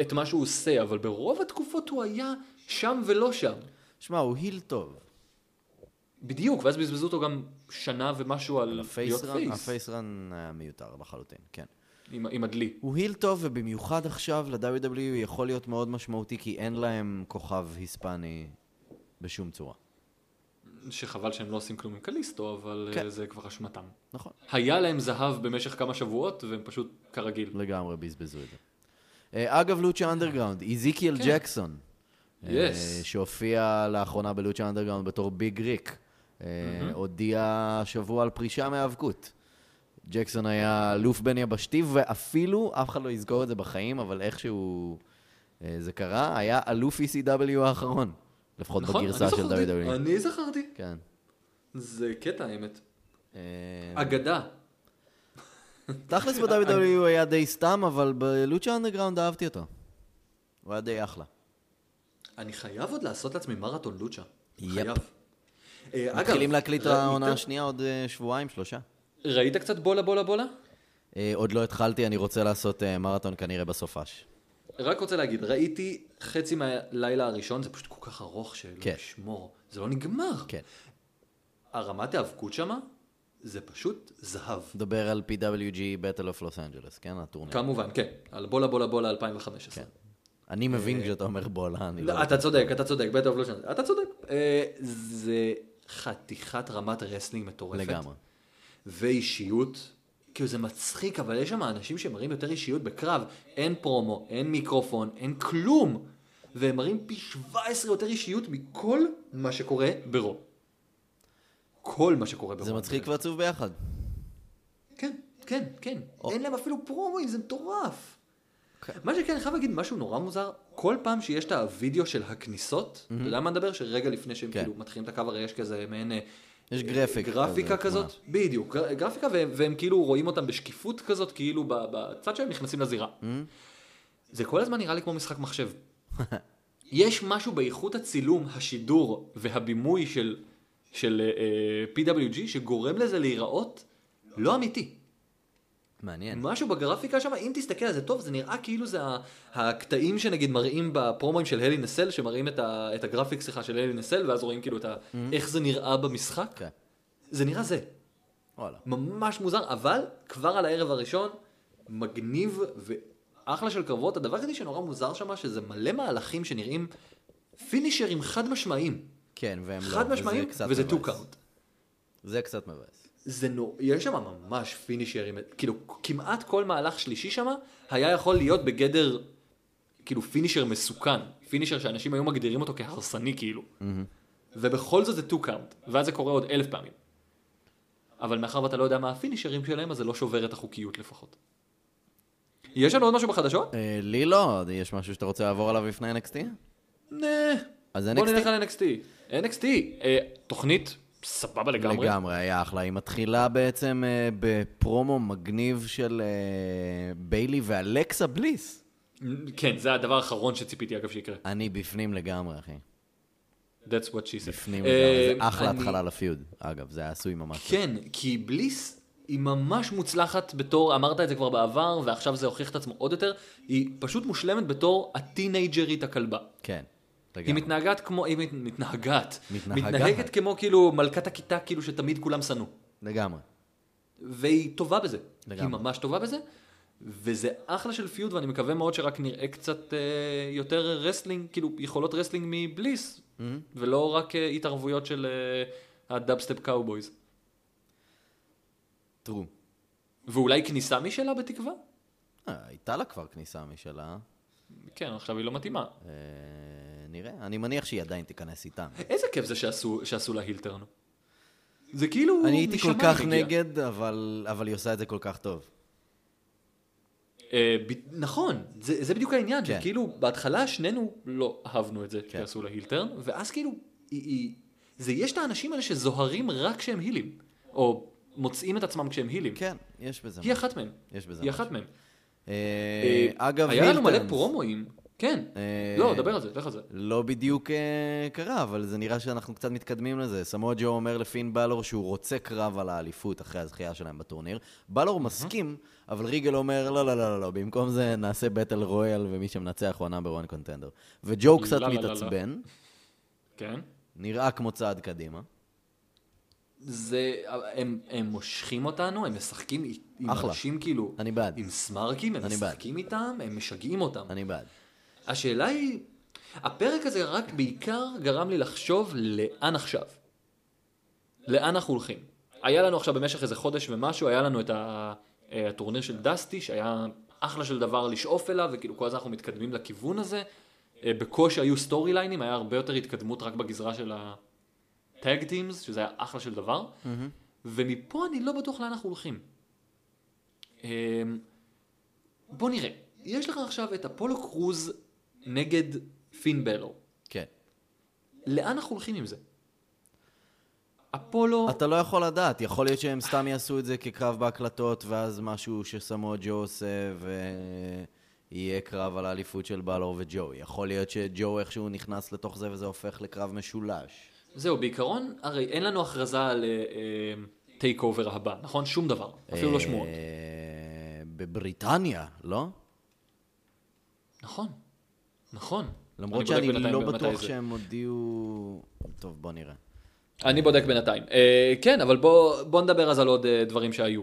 S1: את מה שהוא עושה, אבל ברוב התקופות הוא היה שם ולא שם.
S2: שמע, הוא היל טוב.
S1: בדיוק, ואז בזבזו אותו גם שנה ומשהו על להיות
S2: הפייסרן
S1: פייס,
S2: הפייסרן היה אה, מיותר לחלוטין, כן.
S1: עם, עם הדלי.
S2: הוא היל טוב, ובמיוחד עכשיו ל-WW יכול להיות מאוד משמעותי, כי אין להם כוכב היספני בשום צורה.
S1: שחבל שהם לא עושים כלום עם קליסטו, אבל
S2: כן.
S1: כן. זה כבר אשמתם.
S2: נכון.
S1: היה להם זהב במשך כמה שבועות, והם פשוט כרגיל.
S2: לגמרי בזבזו את זה. אה, אגב, לוצ'ה אנדרגראונד, איזיקיאל
S1: כן.
S2: ג'קסון, אה,
S1: Yes.
S2: שהופיע לאחרונה בלוצ'ה אנדרגראונד בתור ביג ריק, אה, הודיע השבוע על פרישה מהאבקות. ג'קסון היה אלוף בין יבשתי, ואפילו, אף אחד לא יזכור את זה בחיים, אבל איכשהו אה, זה קרה, היה אלוף ECW האחרון, לפחות
S1: נכון, אני
S2: בגרסה של
S1: זכרתי.
S2: WWE.
S1: אני זכרתי.
S2: כן.
S1: זה קטע האמת.
S2: אה,
S1: אגדה.
S2: תכלס ב-WWE הוא היה די סתם, אבל בלוצ'ה אנדרגראונד אהבתי אותו. הוא היה די אחלה.
S1: אני חייב עוד לעשות לעצמי מרתון לוצ'ה.
S2: יפ.
S1: חייב. אה, אגב,
S2: מתחילים להקליט את
S1: ראית-
S2: העונה השנייה עוד אה, שבועיים, שלושה.
S1: ראית קצת בולה בולה בולה?
S2: אה, עוד לא התחלתי, אני רוצה לעשות אה, מרתון כנראה בסופש.
S1: רק רוצה להגיד, ראיתי חצי מהלילה הראשון, זה פשוט כל כך ארוך שלא
S2: כן.
S1: לשמור. זה לא נגמר.
S2: כן.
S1: הרמת האבקות שמה, זה פשוט זהב.
S2: נדבר על PWG Battle of Los Angeles, כן? הטורניר.
S1: כמובן, כן. על בולה בולה בולה 2015.
S2: אני מבין כשאתה אומר בולה, אני לא...
S1: לא, אתה צודק, אתה צודק, בית אוף לושן, אתה צודק. אה, זה חתיכת רמת רסלינג מטורפת.
S2: לגמרי.
S1: ואישיות. כאילו זה מצחיק, אבל יש שם אנשים שמראים יותר אישיות בקרב. אין פרומו, אין מיקרופון, אין כלום. והם מראים פי 17 יותר אישיות מכל מה שקורה ברו. כל מה שקורה ברו.
S2: זה מצחיק ועצוב ביחד.
S1: כן, כן, כן. אין להם אפילו פרומואים, זה מטורף.
S2: כן.
S1: מה שכן, אני חייב להגיד משהו נורא מוזר, כל פעם שיש את הווידאו של הכניסות, אתה יודע מה נדבר? שרגע לפני שהם
S2: Mhm. כן.
S1: כאילו מתחילים את הקו, הרי יש כזה מעין... אה,
S2: יש גרפיק
S1: גרפיקה
S2: כזה,
S1: כזאת, בדיוק, גר- גרפיקה, והם, והם כאילו רואים אותם בשקיפות כזאת, כאילו ב- בצד שהם נכנסים לזירה.
S2: Mhm.
S1: זה כל הזמן נראה לי כמו משחק מחשב. יש משהו באיכות הצילום, השידור והבימוי של, של uh, PWG שגורם לזה להיראות לא אמיתי.
S2: מעניין.
S1: משהו בגרפיקה שם, אם תסתכל על זה טוב, זה נראה כאילו זה ה- הקטעים שנגיד מראים בפרומואים של הלי נסל, שמראים את, ה, את הגרפיק, סליחה, של הלי נסל, ואז רואים כאילו את ה, איך זה נראה במשחק.
S2: Mm-hmm. כן.
S1: זה נראה זה.
S2: וואלה.
S1: ממש מוזר, אבל כבר על הערב הראשון, מגניב ואחלה של קרבות. הדבר היחידי שנורא מוזר שם, שזה מלא מהלכים שנראים פינישרים חד משמעיים.
S2: כן, והם לא.
S1: חד
S2: וזה
S1: משמעיים,
S2: קצת
S1: וזה
S2: מבאס.
S1: טו קאונט.
S2: זה קצת מבאס.
S1: זה נו... יש שם ממש פינישרים, כאילו כמעט כל מהלך שלישי שם היה יכול להיות בגדר כאילו פינישר מסוכן, פינישר שאנשים היו מגדירים אותו כהרסני כאילו. ובכל זאת זה טו קאונט, ואז זה קורה עוד אלף פעמים. אבל מאחר ואתה לא יודע מה הפינישרים שלהם, אז זה לא שובר את החוקיות לפחות. יש לנו עוד משהו בחדשות?
S2: אה, לי לא, יש משהו שאתה רוצה לעבור עליו לפני NXT?
S1: נה.
S2: אז
S1: בוא
S2: NXT
S1: נלך על NXT. NXT, אה, תוכנית סבבה לגמרי.
S2: לגמרי, היה אחלה. היא מתחילה בעצם אה, בפרומו מגניב של אה, ביילי ואלקסה בליס.
S1: כן, זה הדבר האחרון שציפיתי אגב שיקרה.
S2: אני בפנים לגמרי, אחי.
S1: That's what she said.
S2: בפנים לגמרי. זה
S1: אה,
S2: אחלה
S1: אני-
S2: התחלה לפיוד. אגב, זה היה עשוי ממש. טוב.
S1: כן, כי בליס היא ממש מוצלחת בתור, אמרת את זה כבר בעבר, ועכשיו זה הוכיח את עצמו עוד יותר, היא פשוט מושלמת בתור הטינג'רית הכלבה.
S2: כן.
S1: היא
S2: לגמרי.
S1: מתנהגת כמו, היא מת- מתנהגת,
S2: מתנהגת.
S1: מתנהגת כמו כאילו מלכת הכיתה, כאילו שתמיד כולם שנאו.
S2: לגמרי.
S1: והיא טובה בזה.
S2: לגמרי.
S1: היא ממש טובה בזה, וזה אחלה של פיוד, ואני מקווה מאוד שרק נראה קצת אה, יותר רסלינג, כאילו יכולות רסלינג מבליס, ולא רק אה, התערבויות של אה, הדאבסטפ קאובויז.
S2: טרו.
S1: ואולי כניסה משלה בתקווה?
S2: אה, הייתה לה כבר כניסה משלה.
S1: כן, עכשיו היא לא מתאימה.
S2: אה, נראה. אני מניח שהיא עדיין תיכנס איתם.
S1: איזה כיף זה שעשו, שעשו לה הילטרן. זה כאילו...
S2: אני הייתי כל
S1: משמיים
S2: כך
S1: הגיע.
S2: נגד, אבל אבל היא עושה את זה כל כך טוב.
S1: אה, ב... נכון, זה, זה בדיוק העניין.
S2: כן.
S1: כן. כאילו, בהתחלה שנינו לא אהבנו את זה
S2: כן.
S1: כן. שעשו לה הילטרן, ואז כאילו, היא, היא... זה יש את האנשים האלה שזוהרים רק כשהם הילים, או מוצאים את עצמם כשהם הילים.
S2: כן, יש בזה
S1: היא
S2: משהו.
S1: אחת מהם.
S2: יש בזה
S1: היא
S2: משהו.
S1: אחת מהם.
S2: אה,
S1: אה,
S2: אגב,
S1: היה לנו מלא
S2: הילטרנס.
S1: פרומואים. כן.
S2: אה,
S1: לא, דבר על זה, לך על זה.
S2: לא בדיוק אה, קרה, אבל זה נראה שאנחנו קצת מתקדמים לזה. סמואל ג'ו אומר לפין בלור שהוא רוצה קרב על האליפות אחרי הזכייה שלהם בטורניר. בלור מסכים, אבל ריגל אומר, לא, לא, לא, לא, לא, במקום זה נעשה בטל רויאל, ומי שמנצח הוא הנאמבר 1 קונטנדר. וג'ו קצת
S1: לא, לא, לא, לא.
S2: מתעצבן,
S1: כן.
S2: נראה כמו צעד קדימה.
S1: זה, הם, הם מושכים אותנו, הם משחקים אי- עם
S2: אחלה.
S1: אנשים כאילו,
S2: אני בעד.
S1: עם סמרקים, הם
S2: אני בעד.
S1: משחקים איתם, הם משגעים אותם.
S2: אני בעד.
S1: השאלה היא, הפרק הזה רק בעיקר גרם לי לחשוב לאן עכשיו. לאן אנחנו הולכים. היה לנו עכשיו במשך איזה חודש ומשהו, היה לנו את ה- אה, הטורניר של דסטי, שהיה אחלה של דבר לשאוף אליו, וכאילו כל הזמן אנחנו מתקדמים לכיוון הזה. אה, בקושי היו סטורי ליינים, היה הרבה יותר התקדמות רק בגזרה של הטאג טימס, שזה היה אחלה של דבר. ומפה אני לא בטוח לאן אנחנו הולכים. אמ, בוא נראה. יש לך עכשיו את אפולו קרוז נגד פין בלו.
S2: כן.
S1: לאן אנחנו הולכים עם זה? אפולו...
S2: אתה לא יכול לדעת, יכול להיות שהם סתם יעשו את זה כקרב בהקלטות, ואז משהו שסמואל ג'ו עושה, ויהיה קרב על האליפות של בלור וג'ו. יכול להיות שג'ו איכשהו נכנס לתוך זה, וזה הופך לקרב משולש.
S1: זהו, בעיקרון, הרי אין לנו הכרזה על אה, טייק אובר הבא, נכון? שום דבר. אפילו לא שמועות.
S2: אה, בבריטניה, לא?
S1: נכון. נכון.
S2: למרות
S1: אני בודק
S2: שאני
S1: בינתיים
S2: לא
S1: מתי
S2: בטוח
S1: זה. אה,
S2: שהם הודיעו... טוב, בוא נראה.
S1: אני בודק בינתיים. אה, כן, אבל בוא, בוא נדבר אז על עוד אה, דברים שהיו.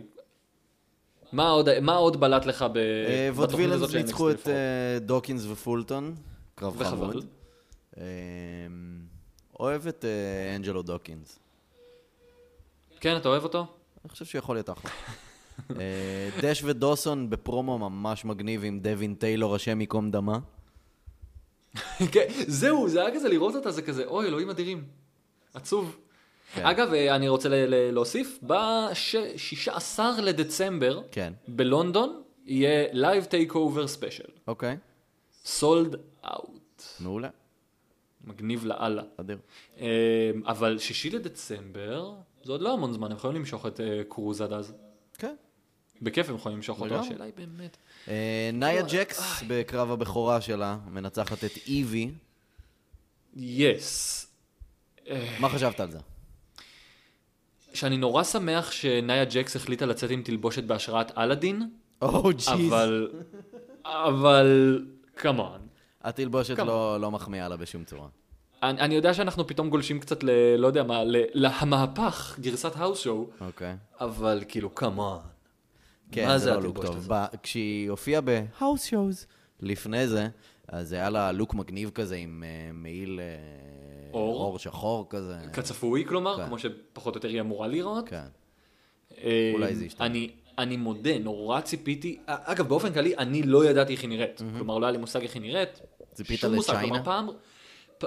S1: מה עוד, מה עוד בלט לך ב...
S2: אה,
S1: בתוכנית הזאת
S2: וודווילנס
S1: של NXT
S2: ניצחו את
S1: לפחות?
S2: אה, דוקינס ופולטון, קרב
S1: וחבל.
S2: חמוד. אה, אוהב את אה, אנג'לו דוקינס.
S1: כן, אתה אוהב אותו?
S2: אני חושב שיכול להיות אחלה. אה, דש ודוסון בפרומו ממש מגניב עם דווין טיילור, השם ייקום דמה.
S1: כן, זהו, זה היה כזה לראות אותה, זה כזה, אוי, אלוהים אדירים. עצוב.
S2: כן.
S1: אגב, אה, אני רוצה ל- ל- להוסיף, ב-16 לדצמבר,
S2: כן.
S1: בלונדון, יהיה Live Takeover Special.
S2: אוקיי,
S1: סולד אאוט.
S2: מעולה,
S1: מגניב לאללה.
S2: אדיר.
S1: אה, אבל שישי לדצמבר, זה עוד לא המון זמן, הם יכולים למשוך את אה, קרוז עד אז.
S2: כן.
S1: בכיף הם יכולים למשוך אותו,
S2: לגמרי.
S1: השאלה היא באמת.
S2: אה, נאיה ג'קס בקרב הבכורה שלה, מנצחת את איבי.
S1: יס.
S2: מה חשבת על זה?
S1: שאני נורא שמח שנאיה ג'קס החליטה לצאת עם תלבושת בהשראת אלאדין,
S2: או ג'יז.
S1: אבל... אבל... כמובן.
S2: התלבושת
S1: כמה?
S2: לא לא מחמיאה לה בשום צורה.
S1: אני, אני יודע שאנחנו פתאום גולשים קצת ל... לא יודע מה, ל- למהפך, גרסת האוס שואו,
S2: אוקיי.
S1: אבל כאילו, כמובן.
S2: כן,
S1: מה
S2: זה,
S1: זה
S2: לא לוק
S1: התלבושת
S2: טוב.
S1: הזאת?
S2: ב... כשהיא הופיעה בהאוס שואוז לפני זה, אז היה לה לוק מגניב כזה עם uh, מעיל uh,
S1: אור.
S2: אור שחור כזה.
S1: כצפוי, כלומר,
S2: כן.
S1: כמו שפחות או יותר היא אמורה להיראות.
S2: כן.
S1: אה,
S2: אולי זה ישתנה.
S1: אני, אני מודה, נורא ציפיתי, א- אגב באופן כללי אני לא ידעתי איך היא נראית, כלומר לא היה לי מושג איך היא נראית,
S2: ציפית
S1: שום מושג,
S2: לצ'יינה?
S1: כלומר פעם, פ,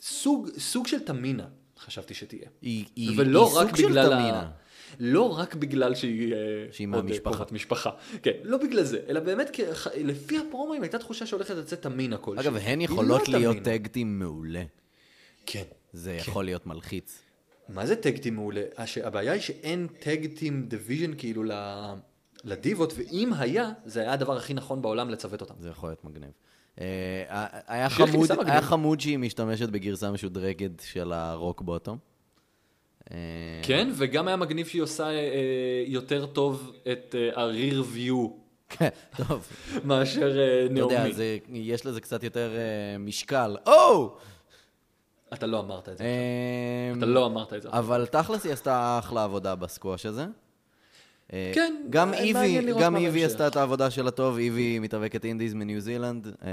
S1: סוג, סוג של תמינה חשבתי שתהיה,
S2: היא, היא,
S1: ולא
S2: היא
S1: רק
S2: סוג של
S1: בגלל,
S2: תמינה.
S1: לא רק בגלל שהיא, אה,
S2: שהיא
S1: עוד, אה,
S2: מהמשפחה.
S1: קרובת משפחה, כן, לא בגלל זה, אלא באמת כי- ח- לפי הפרומואים הייתה תחושה שהולכת לצאת תמינה כלשהי,
S2: אגב, הן
S1: היא לא
S2: יכולות להיות
S1: תמינה.
S2: טקטים מעולה.
S1: כן,
S2: זה יכול להיות מלחיץ.
S1: מה זה טאג טים מעולה? הש- הבעיה היא שאין טאג טים דיוויז'ן כאילו ל... לדיבות, ואם היה, זה היה הדבר הכי נכון בעולם לצוות אותם.
S2: זה יכול להיות מגניב. אה, ה- היה,
S1: שיר
S2: חמוד,
S1: כניסה מגניב.
S2: היה חמוד שהיא משתמשת בגרסה משודרגת של הרוק בוטום. אה,
S1: כן, וגם היה מגניב שהיא עושה אה, אה, יותר טוב את אה, ה-rear view
S2: כן, טוב.
S1: מאשר אה,
S2: אתה לא יודע,
S1: נעמי.
S2: זה, יש לזה קצת יותר אה, משקל. או!
S1: אתה לא אמרת את זה.
S2: אה,
S1: אתה לא אמרת את זה.
S2: אבל תכלס היא עשתה אחלה עבודה בסקווש הזה. אה,
S1: כן,
S2: גם
S1: אה,
S2: איבי,
S1: מעניין לראות
S2: גם
S1: מה
S2: איבי
S1: בהמשך.
S2: עשתה את העבודה שלה טוב, איבי מתאבקת אינדיז מניו זילנד. אה,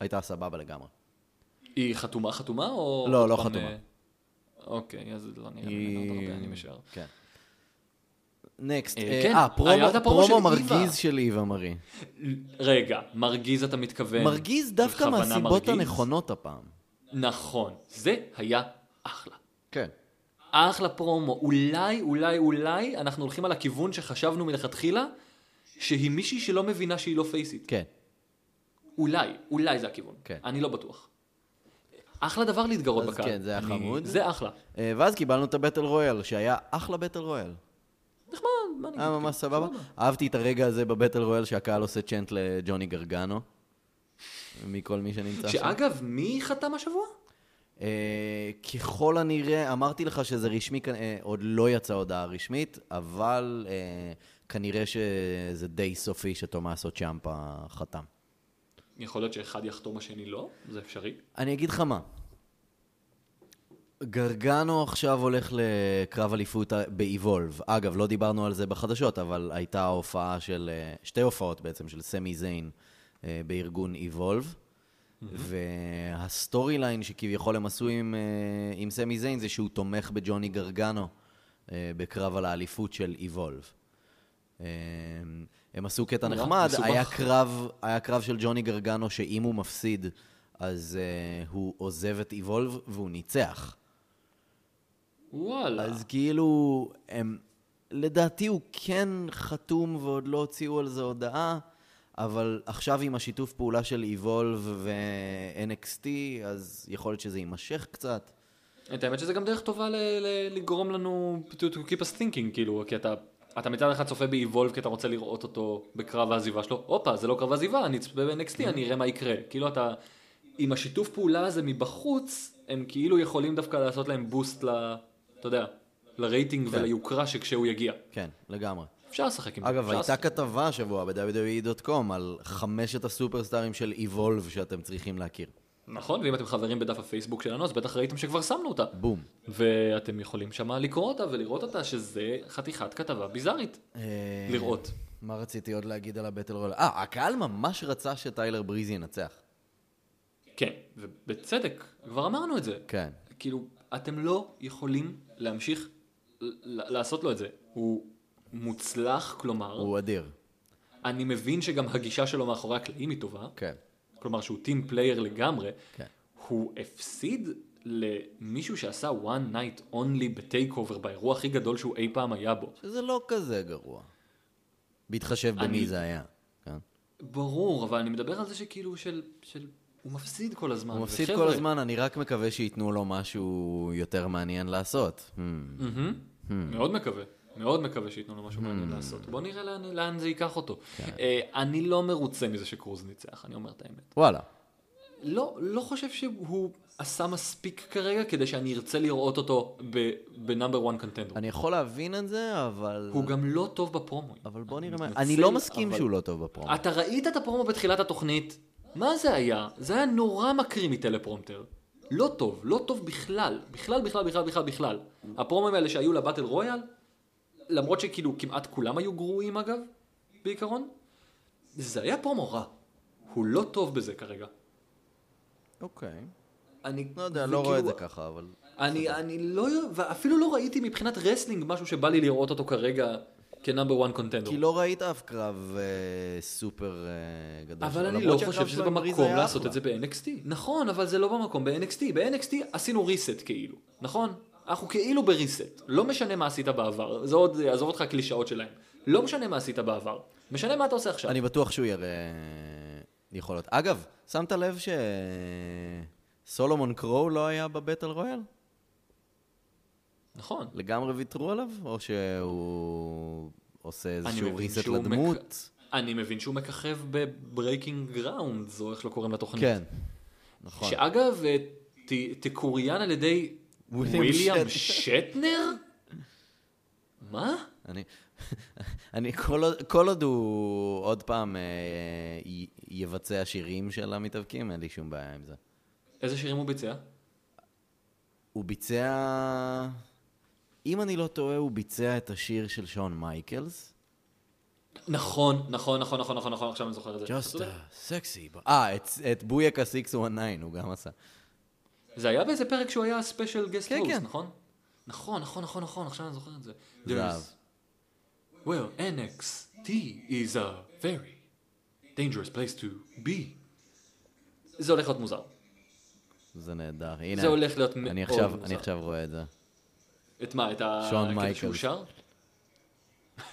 S2: הייתה סבבה לגמרי.
S1: היא חתומה חתומה או...
S2: לא,
S1: עוד
S2: לא
S1: פעם,
S2: חתומה.
S1: אה, אוקיי, אז לא נראה לי
S2: היא-
S1: מאוד הרבה, אני משער.
S2: כן. נקסט,
S1: אה,
S2: אה,
S1: כן,
S2: אה, פרומו-
S1: היה את הפרומו
S2: פרומו
S1: של איווה.
S2: מרגיז של איווה מרי.
S1: רגע, מרגיז אתה מתכוון.
S2: מרגיז דווקא
S1: בכוונה
S2: מהסיבות
S1: כן. מרגיז?
S2: הנכונות הפעם.
S1: נכון, זה היה אחלה.
S2: כן.
S1: אחלה פרומו. אולי, אולי, אולי, אנחנו הולכים על הכיוון שחשבנו מלכתחילה, שהיא מישהי שלא מבינה שהיא לא פייסית.
S2: כן.
S1: אולי, אולי זה הכיוון.
S2: כן.
S1: אני לא בטוח. אחלה דבר להתגרות
S2: אז
S1: בקהל.
S2: כן, זה היה
S1: אני-
S2: חמוד.
S1: זה אחלה.
S2: אה, ואז קיבלנו את הבטל רויאל, שהיה אחלה בטל רויאל.
S1: נחמד, מה אני
S2: היה
S1: אגיד?
S2: אה, ממש סבבה. אהבתי את הרגע הזה בבטל רויאל שהקהל עושה צ'נט לג'וני גרגנו. מכל מי שנמצא שם.
S1: שאגב, מי חתם השבוע?
S2: אה, ככל הנראה, אמרתי לך שזה רשמי, כנ- אה, עוד לא יצאה הודעה רשמית, אבל אה, כנראה שזה די סופי שתומאסו צ'אמפה חתם.
S1: יכול להיות שאחד יחתום השני לא, זה אפשרי.
S2: אני אגיד לך מה. גרגנו עכשיו הולך לקרב אליפות באיבולב. אגב, לא דיברנו על זה בחדשות, אבל הייתה הופעה של... אה, שתי הופעות בעצם של סמי זיין אה, בארגון איבולב. והסטורי ליין שכביכול הם עשו עם, אה, עם סמי זיין זה שהוא תומך בג'וני גרגנו אה, בקרב על האליפות של איבולב. אה, הם עשו קטע
S1: וואו,
S2: נחמד,
S1: מסובך.
S2: היה קרב, היה קרב של ג'וני גרגנו שאם הוא מפסיד, אז uh, הוא עוזב את איבולב והוא ניצח.
S1: וואלה.
S2: אז כאילו, הם, לדעתי הוא כן חתום ועוד לא הוציאו על זה הודעה, אבל עכשיו עם השיתוף פעולה של איבולב ו-NXT, אז יכול להיות שזה יימשך קצת.
S1: את האמת שזה גם דרך טובה ל- ל- לגרום לנו to to keep us thinking, כאילו, כי אתה... אתה מצד אחד צופה ב-Evolve כי אתה רוצה לראות אותו בקרב העזיבה שלו, הופה, זה לא קרב עזיבה, אני אצפה ב-NXT,
S2: Mm-hmm.
S1: אני אראה מה יקרה. כאילו אתה, עם השיתוף פעולה הזה מבחוץ, הם כאילו יכולים דווקא לעשות להם בוסט ל... אתה יודע, לרייטינג וליוקרה שכשהוא יגיע.
S2: כן, לגמרי.
S1: אפשר לשחק עם זה.
S2: אגב,
S1: אפשר
S2: הייתה
S1: לשחק.
S2: כתבה E השבוע ב-WWE.com על חמשת הסופרסטארים של איבולב שאתם צריכים להכיר.
S1: נכון, ואם אתם חברים בדף הפייסבוק שלנו, אז בטח ראיתם שכבר שמנו אותה.
S2: בום.
S1: ואתם יכולים שמה לקרוא אותה ולראות אותה, שזה חתיכת כתבה ביזארית.
S2: אה,
S1: לראות.
S2: מה רציתי עוד להגיד על הבטל רול? אה, הקהל ממש רצה שטיילר בריזי ינצח.
S1: כן, ובצדק, כבר אמרנו את זה.
S2: כן.
S1: כאילו, אתם לא יכולים להמשיך ל- לעשות לו את זה. הוא מוצלח, כלומר,
S2: הוא אדיר.
S1: אני מבין שגם הגישה שלו מאחורי הקלעים היא טובה,
S2: כן.
S1: כלומר שהוא טים פלייר לגמרי,
S2: כן.
S1: הוא הפסיד למישהו שעשה one night only בטייק אובר באירוע הכי גדול שהוא אי פעם היה בו.
S2: שזה לא כזה גרוע. בהתחשב במי
S1: אני-
S2: זה היה. כן.
S1: ברור, אבל אני מדבר על זה שכאילו של... של... הוא מפסיד כל הזמן.
S2: הוא מפסיד
S1: וחבר'ה,
S2: כל הזמן, אני רק מקווה שייתנו לו משהו יותר מעניין לעשות. Hmm.
S1: מהמם. מאוד מקווה, מאוד מקווה שייתנו לו משהו מעניין לעשות. בוא נראה לאן, לאן זה ייקח אותו.
S2: כן.
S1: אה, אני לא מרוצה מזה שקרוז ניצח, אני אומר את האמת.
S2: וואלה.
S1: לא, לא חושב שהוא עשה מספיק כרגע כדי שאני ארצה לראות אותו בנאמבר 1 קונטנדר.
S2: אני יכול להבין את זה, אבל...
S1: הוא גם לא טוב בפרומואים.
S2: אבל בוא נראה מה...
S1: מתנצל,
S2: אני לא מסכים
S1: אבל- אה-
S2: שהוא לא טוב בפרומו.
S1: אתה ראית את הפרומו בתחילת התוכנית? מה זה היה? זה היה נורא מקריא מטלפרומטר. לא טוב, לא טוב בכלל. בכלל, בכלל, בכלל, בכלל, בכלל. הפרומואים האלה שהיו לבטל רויאל, למרות שכאילו כמעט כולם היו גרועים אגב, בעיקרון, זה היה פרומו רע. הוא לא טוב בזה כרגע.
S2: אוקיי.
S1: אני
S2: לא יודע, לא רואה את
S1: וכאילו,
S2: זה ככה, אבל...
S1: אני, אני לא, ואפילו לא ראיתי מבחינת רסלינג משהו שבא לי לראות אותו כרגע כנאמבר 1 קונטנדר.
S2: כי לא ראית אף קרב אה, סופר אה, גדול.
S1: אבל
S2: שלו,
S1: אני
S2: למרות
S1: לא
S2: שהקרב
S1: חושב שזה
S2: שלו עם בריז
S1: במקום
S2: היה
S1: לעשות
S2: אחלה.
S1: את זה ב-NXT. נכון, אבל זה לא במקום ב-NXT. ב-NXT עשינו reset כאילו, נכון? אנחנו כאילו ב-reset. לא משנה מה עשית בעבר, זה עוד, עזוב אותך הקלישאות שלהם. לא משנה מה עשית בעבר, משנה מה אתה עושה עכשיו.
S2: אני בטוח שהוא יראה אה, יכולות. אגב, שמת לב ש... אה, סולומון קרואו לא היה בבטל רויאל?
S1: נכון.
S2: לגמרי ויתרו עליו? או שהוא עושה
S1: אני
S2: איזשהו
S1: מבין
S2: ריסט
S1: שהוא
S2: לדמות?
S1: מק- אני מבין שהוא מככב בברייקינג גראונד, זו איך לא קוראים לתוכנית.
S2: כן. נכון.
S1: שאגב, אה, ת- תקוריין על ידי
S2: וויליאם
S1: וויליאם שטנר? מה?
S2: אני, אני כל, עוד, כל עוד הוא עוד פעם אה, י, יבצע שירים של המתאבקים, אין לי שום בעיה עם זה.
S1: איזה שירים הוא ביצע?
S2: הוא ביצע... אם אני לא טועה, הוא ביצע את השיר של שון מייקלס.
S1: נכון, נכון, נכון, נכון, נכון, נכון, עכשיו אני זוכר את זה.
S2: Just a sexy... bo- אה, את, את בויקה 619 הוא גם עשה.
S1: זה היה באיזה פרק שהוא היה ספיישל גסט
S2: כן,
S1: הוסט,
S2: כן.
S1: נכון? נכון, נכון, נכון, נכון, עכשיו אני זוכר את זה.
S2: זהב.
S1: There's- Well, NXT is a very dangerous place to be. זה הולך להיות מוזר.
S2: זה נהדר. הנה,
S1: זה הולך להיות מאוד
S2: אני עכשיו,
S1: מוזר.
S2: אני עכשיו רואה את זה.
S1: את מה, את ה...
S2: שון
S1: הקטע
S2: מייקלס.
S1: שהוא שר?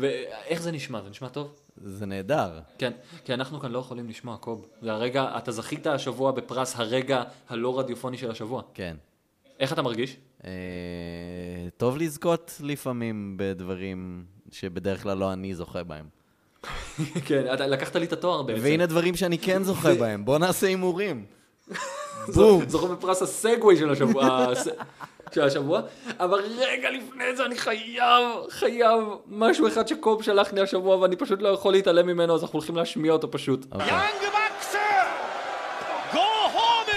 S1: ואיך זה נשמע? זה נשמע טוב?
S2: זה נהדר.
S1: כן, כי אנחנו כאן לא יכולים לשמוע, קוב. זה הרגע, אתה זכית השבוע בפרס הרגע הלא רדיופוני של השבוע.
S2: כן.
S1: איך אתה מרגיש?
S2: אה, טוב לזכות לפעמים בדברים שבדרך כלל לא אני זוכה בהם.
S1: כן, אתה לקחת לי את התואר בעצם.
S2: והנה דברים שאני כן זוכה בהם, בוא נעשה הימורים. בום.
S1: זוכר בפרס הסגווי של השבוע, הס- של השבוע, אבל רגע לפני זה אני חייב, חייב משהו אחד שקוב שלח לי השבוע ואני פשוט לא יכול להתעלם ממנו, אז אנחנו הולכים להשמיע אותו פשוט.
S4: Young Bucks, go home!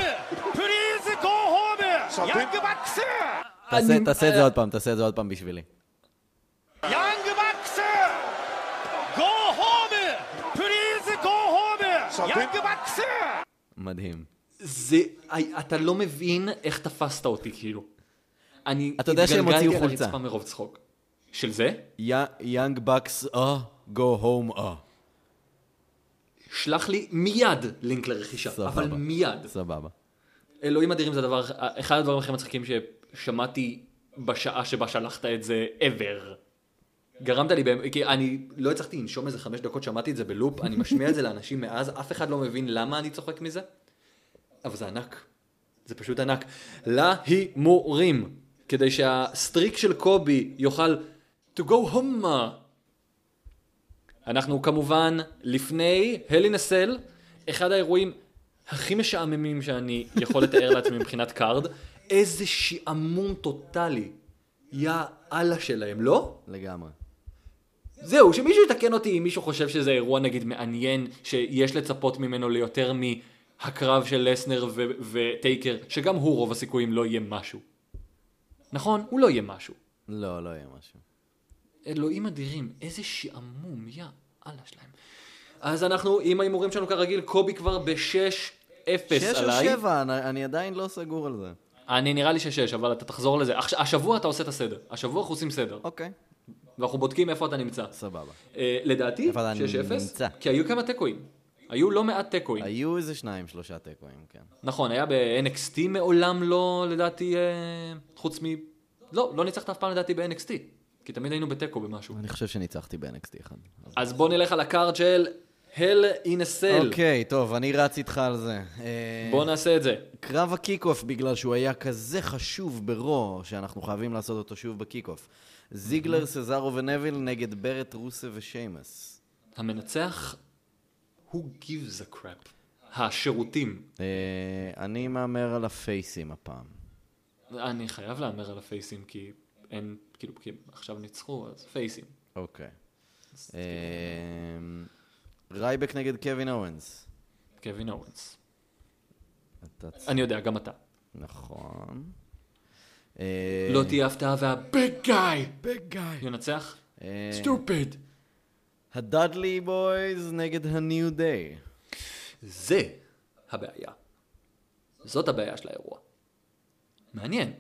S4: Please go home! Young Bucks!
S2: תעשה-
S1: אני-
S2: תעשה את זה עוד פעם, תעשה את זה עוד פעם בשבילי.
S4: Young Bucks, go home! Please go home! Young Bucks!
S2: מדהים.
S1: זה, אתה לא מבין איך תפסת אותי, כאילו. אני
S2: אתה יודע שהם
S1: התגלגלתי
S2: הוציאו
S1: על
S2: חולצה.
S1: הרצפה מרוב צחוק. של זה?
S2: יאנג בקס אה, גו הום אה.
S1: שלח לי מיד לינק לרכישה,
S2: סבבה.
S1: אבל מיד.
S2: סבבה.
S1: אלוהים אדירים זה הדבר, אחד הדברים הכי מצחיקים ששמעתי בשעה שבה שלחת את זה ever. גרמת לי, באמת- כי אני לא הצלחתי לנשום איזה חמש דקות, שמעתי את זה בלופ, אני משמיע את זה לאנשים מאז, אף אחד לא מבין למה אני צוחק מזה, אבל זה ענק. זה פשוט ענק. להימורים, כדי שהסטריק של קובי יוכל to go home. אנחנו כמובן לפני הלי נסל, אחד האירועים הכי משעממים שאני יכול לתאר לעצמי מבחינת קארד. איזה שעמום טוטאלי. יא אללה שלהם, לא?
S2: לגמרי.
S1: זהו, שמישהו יתקן אותי אם מישהו חושב שזה אירוע נגיד מעניין, שיש לצפות ממנו ליותר הקרב של לסנר ו- וטייקר, שגם הוא רוב הסיכויים לא יהיה משהו. נכון, הוא לא יהיה משהו.
S2: לא, לא יהיה משהו.
S1: אלוהים אדירים, איזה שעמום, יא אללה שלהם. אז אנחנו עם ההימורים שלנו כרגיל, קובי כבר ב-6-0
S2: שש או
S1: עליי.
S2: שבע, אני- אני עדיין לא סגור על זה.
S1: אני נראה לי ששש, אבל אתה תחזור לזה. עכשיו- השבוע אתה עושה את הסדר. השבוע אנחנו עושים סדר.
S2: אוקיי,
S1: ואנחנו בודקים איפה אתה נמצא.
S2: סבבה.
S1: אה, לדעתי,
S2: אבל אני
S1: 6-0,
S2: נמצא.
S1: כי היו כמה תיקואים. היו לא מעט תיקואים.
S2: היו איזה שניים, שלושה תיקואים, כן.
S1: נכון, היה ב-NXT מעולם לא, לדעתי, אה, חוץ מ... לא, לא ניצחת אף פעם לדעתי ב-NXT. כי תמיד היינו בתיקו במשהו.
S2: אני חושב שניצחתי ב-NXT אחד. אז-
S1: אז בוא נלך על הקארד של Hell in a Cell.
S2: אוקיי, טוב, אני רץ איתך על זה. אה,
S1: בוא נעשה את זה.
S2: קרב הקיק-אוף, בגלל שהוא היה כזה חשוב ברו, שאנחנו חייבים לעשות אותו שוב בקיק-אוף. זיגלר, סזארו ונביל נגד ברט, רוסה ושיימס.
S1: המנצח, who gives a crap. השירותים.
S2: אה, אני מהמר על הפייסים הפעם.
S1: אני חייב להמר על הפייסים, כי אין, כאילו, כי עכשיו ניצחו, אז פייסים.
S2: אוקיי. אה, רייבק נגד קווין אורנס.
S1: קווין אורנס.
S2: אתה צ-
S1: אני יודע, גם אתה.
S2: נכון. אה,
S1: לא תהיה הפתעה והביג גאי ינצח?
S2: אה,
S1: סטופד.
S2: הדאדלי בויז נגד הניו דיי.
S1: זה הבעיה. זאת הבעיה של האירוע. מעניין.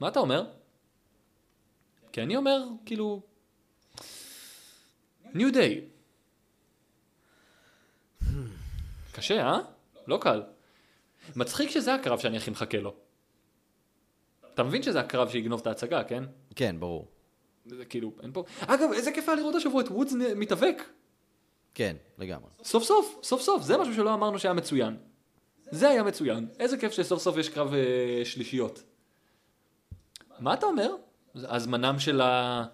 S1: מה אתה אומר? כי אני אומר, כאילו... ניו דיי. קשה, אה? לא קל. מצחיק שזה הקרב שאני הכי מחכה לו. אתה מבין שזה הקרב שיגנוב את ההצגה, כן?
S2: כן, ברור.
S1: זה כאילו, אין פה... אגב, איזה כיף היה לראות השבוע את וודס נ- מתאבק.
S2: כן, לגמרי.
S1: סוף סוף, סוף סוף, זה משהו שלא אמרנו שהיה מצוין. זה היה מצוין. איזה כיף שסוף סוף יש קרב אה, שלישיות. מה אתה אומר? אז מנם של ה...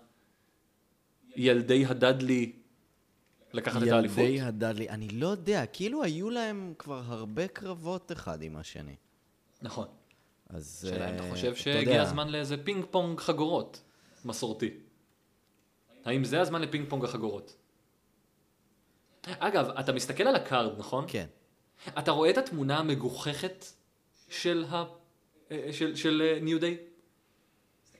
S1: ילדי הדדלי לקחת את האליפות?
S2: ילדי הדאדלי, אני לא יודע, כאילו היו להם כבר הרבה קרבות אחד עם השני.
S1: נכון.
S2: אז...
S1: שאלה אם אתה
S2: אה,
S1: חושב
S2: יודע.
S1: שהגיע הזמן לאיזה פינג פונג חגורות מסורתי. האם זה הזמן לפינג פונג החגורות? אגב, אתה מסתכל על הקארד, נכון?
S2: כן.
S1: אתה רואה את התמונה המגוחכת של, ה... אה, של, של ניו דיי?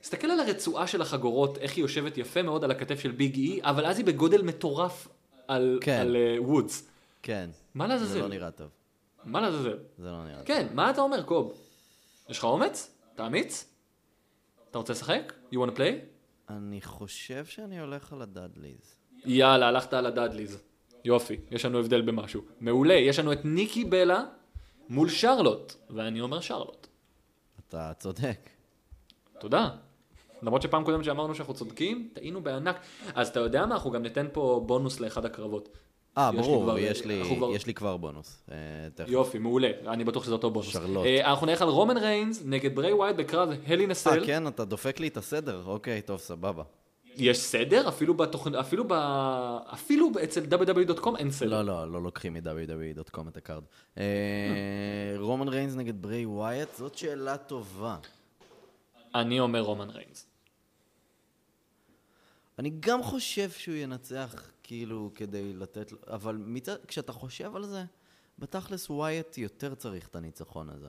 S1: תסתכל על הרצועה של החגורות, איך היא יושבת יפה מאוד על הכתף של ביג אי, אבל אז היא בגודל מטורף על,
S2: כן.
S1: על אה, וודס.
S2: כן.
S1: מה לעזאזל?
S2: זה לא נראה טוב.
S1: מה לעזאזל?
S2: זה לא נראה טוב.
S1: כן, מה אתה אומר, קוב? יש לך אומץ? אתה אמיץ? אתה רוצה לשחק? You want to play?
S2: אני חושב שאני הולך על הדאדליז.
S1: יאללה, הלכת על הדאדליז. יופי, יש לנו הבדל במשהו. מעולה, יש לנו את ניקי בלה מול שרלוט, ואני אומר שרלוט.
S2: אתה צודק.
S1: תודה. למרות שפעם קודמת שאמרנו שאנחנו צודקים, טעינו בענק. אז אתה יודע מה, אנחנו גם ניתן פה בונוס לאחד הקרבות.
S2: אה,
S1: יש לי כבר-
S2: ברור, יש לי-
S1: אנחנו כבר-
S2: יש לי כבר בונוס. אה, תכף.
S1: יופי, מעולה, אני בטוח שזה אותו בונוס.
S2: שרלוט.
S1: אה, אנחנו נלך על רומן ריינס נגד ברי ווייט בקרב הלי
S2: אה,
S1: נסל.
S2: כן, אתה דופק לי את הסדר. אוקיי, טוב, סבבה.
S1: יש סדר? אפילו בתוכנית, אפילו ב... אפילו אצל www.com אין סדר.
S2: לא, לא, לא לוקחים מ-www.com את הקארד. אה, רומן ריינס נגד ברי ווייט, זאת שאלה טובה.
S1: אני אומר רומן ריינס.
S2: אני גם חושב שהוא ינצח, כאילו, כדי לתת לו, אבל מצד, כשאתה חושב על זה, בתכלס ווייט יותר צריך את הניצחון הזה.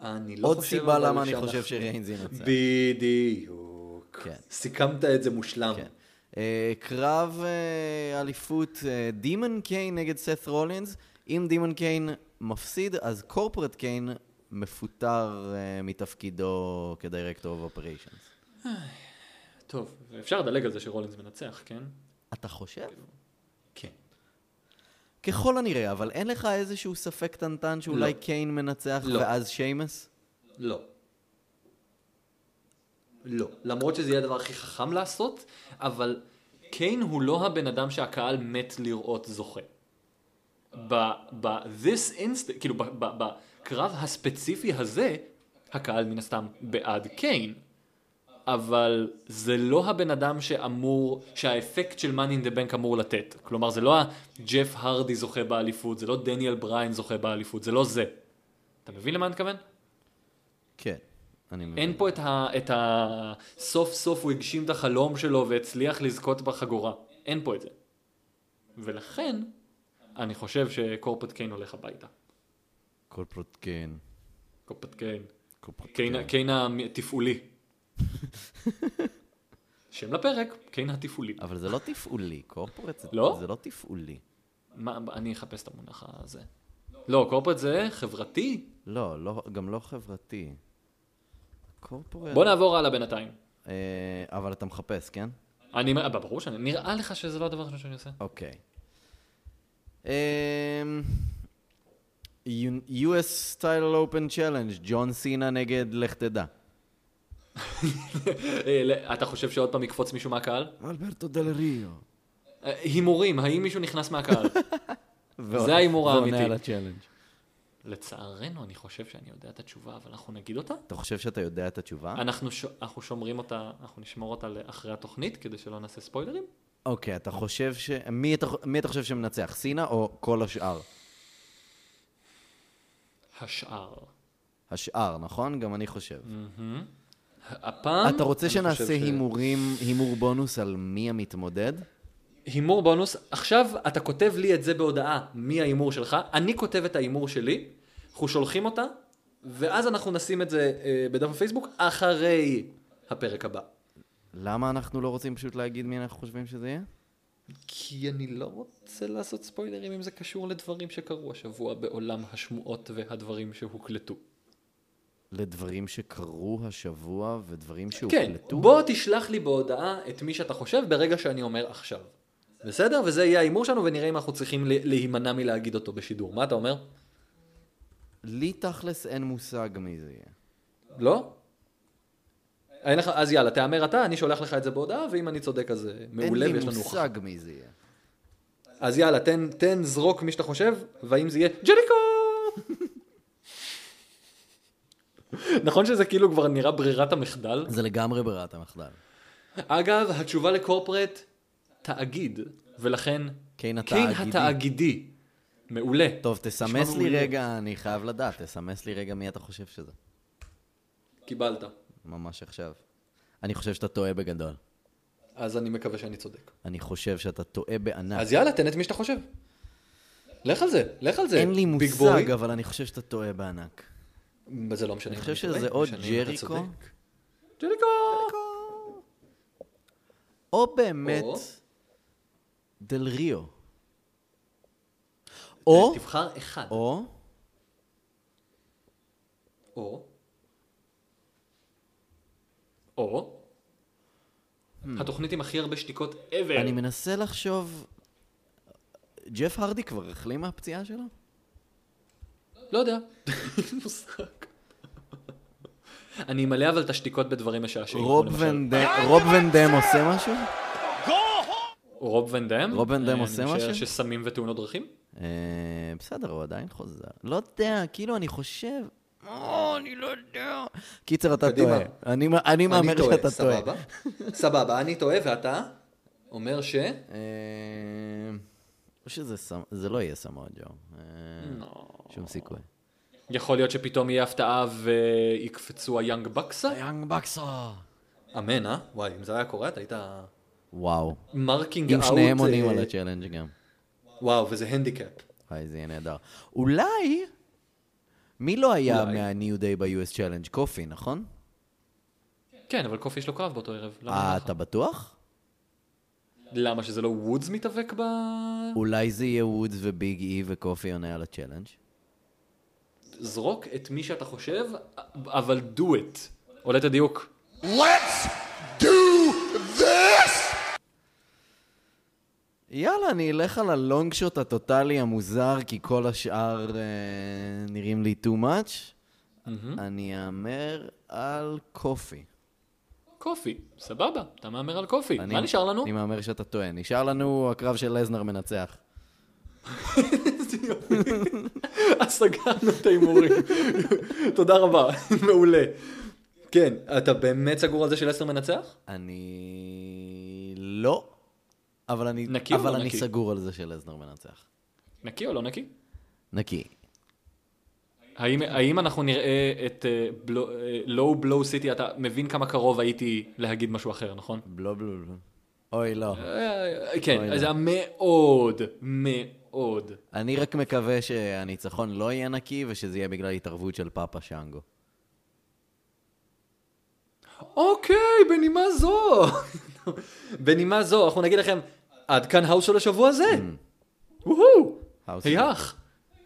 S1: אני לא
S2: עוד סיבה למה אני חושב שריינז ינצח.
S1: בדיוק.
S2: כן.
S1: סיכמת את זה מושלם.
S2: כן. אה, קרב אה, אליפות אה, דימון קיין נגד סת רולינס. אם דימון קיין מפסיד, אז קורפרט קיין מפוטר אה, מתפקידו כדירקטור אוף אופריישנס.
S1: טוב, אפשר לדלג על זה שרולינס מנצח, כן?
S2: אתה חושב?
S1: כן.
S2: ככל הנראה, אבל אין לך איזשהו ספק קטנטן שאולי
S1: לא.
S2: קיין מנצח
S1: לא.
S2: ואז שיימס?
S1: לא. לא. למרות שזה יהיה הדבר הכי חכם לעשות, אבל קיין הוא לא הבן אדם שהקהל מת לראות זוכה. ב-this instant, כאילו ב- ב- בקרב הספציפי הזה, הקהל מן הסתם בעד קיין. אבל זה לא הבן אדם שאמור, שהאפקט של money in the bank אמור לתת. כלומר, זה לא הג'ף הרדי זוכה באליפות, זה לא דניאל בריין זוכה באליפות, זה לא זה. אתה מבין למה אני מתכוון?
S2: כן, אני מבין.
S1: אין פה את ה, את ה... סוף סוף הוא הגשים את החלום שלו והצליח לזכות בחגורה. אין פה את זה. ולכן, אני חושב שקורפט קיין הולך הביתה.
S2: כל פרוט, כן.
S1: קורפט קיין.
S2: קורפט,
S1: קיין-
S2: כן.
S1: קיין התפעולי. שם לפרק, קיין התפעולי.
S2: אבל זה לא תפעולי, קורפורט זה
S1: לא?
S2: זה לא תפעולי.
S1: מה, אני אחפש את המונח הזה. לא, קורפט זה חברתי.
S2: לא, לא, גם לא חברתי. קורפורט...
S1: בוא נעבור הלאה בינתיים.
S2: אה, אבל אתה מחפש, כן?
S1: אני, אה, ברור שאני, נראה לך שזה לא הדבר הראשון שאני עושה.
S2: אוקיי. אמ, U- US Title Open Challenge, ג'ון סינה נגד לך תדע.
S1: אה, לא, אתה חושב שעוד פעם יקפוץ מישהו מהקהל?
S2: אלברטו דל ריו.
S1: אה, הימורים, האם מישהו נכנס מהקהל? זה ההימור האמיתי.
S2: ועונה על הצ'אלנג'.
S1: לצערנו, אני חושב שאני יודע את התשובה, אבל אנחנו נגיד אותה.
S2: אתה חושב שאתה יודע את התשובה?
S1: אנחנו, ש... אנחנו שומרים אותה, אנחנו נשמור אותה אחרי התוכנית, כדי שלא נעשה ספוילרים.
S2: אוקיי, אתה חושב ש... מי אתה ח- מי אתה חושב שמנצח, סינה או כל השאר?
S1: השאר.
S2: השאר, נכון? גם אני חושב.
S1: הפעם...
S2: אתה רוצה
S1: אה? אני
S2: שנעשה
S1: חושב ש-
S2: הימורים, הימור בונוס על מי המתמודד?
S1: הימור בונוס, עכשיו אתה כותב לי את זה בהודעה, מי ההימור שלך, אני כותב את ההימור שלי, אנחנו שולחים אותה, ואז אנחנו נשים את זה אה, בדף הפייסבוק אחרי הפרק הבא.
S2: למה אנחנו לא רוצים פשוט להגיד מי אנחנו חושבים שזה יהיה?
S1: כי אני לא רוצה לעשות ספוילרים אם זה קשור לדברים שקרו השבוע בעולם השמועות והדברים שהוקלטו.
S2: לדברים שקרו השבוע ודברים
S1: כן,
S2: שהוקלטו?
S1: בוא תשלח לי בהודעה את מי שאתה חושב ברגע שאני אומר עכשיו. בסדר? וזה יהיה ההימור שלנו ונראה אם אנחנו צריכים ל- להימנע מלהגיד אותו בשידור. מה אתה אומר?
S2: לי תכלס אין מושג מי זה יהיה.
S1: לא? אין לך, אז יאללה, תהמר אתה, אני שולח לך את זה בהודעה, ואם אני צודק אז אה, מעולה
S2: אין לי
S1: ויש לנו הוכחה.
S2: מושג מי זה יהיה.
S1: אז יאללה, תן, תן זרוק מי שאתה חושב, והאם זה יהיה ג'ריקו! נכון שזה כאילו כבר נראה ברירת המחדל?
S2: זה לגמרי ברירת המחדל.
S1: אגב, התשובה לקורפרט, תאגיד, ולכן
S2: קיין
S1: קיין
S2: התאגידי.
S1: כן, התאגידי. מעולה.
S2: טוב, תסמס
S1: נשמע
S2: לי
S1: מעולה.
S2: רגע, אני חייב לדעת, תסמס לי רגע מי אתה חושב שזה.
S1: קיבלת.
S2: ממש עכשיו. אני חושב שאתה טועה בגדול.
S1: אז אני מקווה שאני צודק.
S2: אני חושב שאתה טועה בענק.
S1: אז יאללה, תן את מי שאתה חושב. לך על זה, לך על זה.
S2: אין לי
S1: ביג בוי.
S2: מושג, אבל אני חושב שאתה טועה בענק.
S1: זה לא משנה.
S2: אני חושב
S1: טועה,
S2: שזה או
S1: משנה אם אתה
S2: ג'ריקו.
S1: צודק. ג'ריקו!
S2: או באמת
S1: או?
S2: דל ריו. או,
S1: תבחר אחד.
S2: או,
S1: או. או. התוכנית עם הכי הרבה שתיקות ever.
S2: אני מנסה לחשוב, ג'ף הרדי כבר החלים מהפציעה שלו?
S1: לא יודע. אין מושג. אני אמלא אבל את השתיקות בדברים משעשעים. כמו
S2: רוב
S1: למשל-
S2: ון דם- רוב ון דם עושה משהו?
S4: Go home!
S1: רוב ון דם?
S2: רוב ון דם
S1: אה,
S2: עושה
S1: אני משער
S2: משהו?
S1: שסמים ותאונות דרכים?
S2: אה, בסדר, הוא עדיין חוזר. לא יודע, כאילו, אני חושב... או, אני לא יודע. קיצר, אתה
S1: קדימה.
S2: טועה. אני מ- אני מהמר שאתה טועה.
S1: סבבה, אני טועה ואתה אומר ש...
S2: אה, או שזה סמ... זה לא יהיה סמואל ג'ו. אה,
S1: לא.
S2: שום סיכוי.
S1: יכול להיות שפתאום יהיה הפתעה ויקפצו היאנג בקסה?
S2: יאנג בקסה.
S1: אמן, אה? וואי, אם זה היה קורה, אתה היית
S2: וואו.
S1: מרקינג
S2: אם
S1: אאוט.
S2: שניהם עונים
S1: אה,
S2: על הצ'אלנג' גם.
S1: וואו, וזה הנדיקאפ.
S2: וואי, זה יהיה נהדר. אולי... מי לא היה
S1: אולי. לא,
S2: מהניו דיי ב-US צ'אלנג'? קופי, נכון?
S1: כן, אבל קוף יש לו קרב באותו ערב. למה
S2: אה,
S1: ככה?
S2: אתה בטוח?
S1: למה שזה לא וודס מתאבק ב... לא.
S2: אולי זה יהיה וודס וביג אי וקופי עונה על הצ'אלנג'?
S1: זרוק את מי שאתה חושב, אבל do it. עולה את הדיוק.
S3: Let's do this!
S2: יאללה, אני אלך על הלונג שוט הטוטלי המוזר, כי כל השאר אה, נראים לי too much. אני אאמר על קופי.
S1: קופי, סבבה, אתה מהמר על קופי.
S2: אני-
S1: מה נשאר לנו?
S2: אני מהמר שאתה טועה. נשאר לנו הקרב של לזנר מנצח.
S1: אז סגרנו את ההימורים. תודה רבה, מעולה. כן, אתה באמת סגור על זה שלסטר מנצח?
S2: אני... לא. אבל אני...
S1: נקי או
S2: אבל
S1: לא
S2: אני
S1: נקי?
S2: סגור על זה שלזנר מנצח.
S1: נקי או לא נקי?
S2: נקי.
S1: האם, האם אנחנו נראה את אה, לואו בלואו סיטי, אתה מבין כמה קרוב הייתי להגיד משהו אחר, נכון?
S2: בלו בלו בלו. אוי, לא.
S1: אה, כן,
S2: אוי,
S1: זה
S2: לא.
S1: היה מאוד מאוד מאוד.
S2: אני רק מקווה שהניצחון לא יהיה נקי ושזה יהיה בגלל התערבות של פאפה שנגו.
S1: אוקיי, בנימה זו. בנימה זו, אנחנו נגיד לכם, עד כאן האוס של השבוע הזה. וואו!
S2: האוס
S1: היי
S2: של-
S1: אח!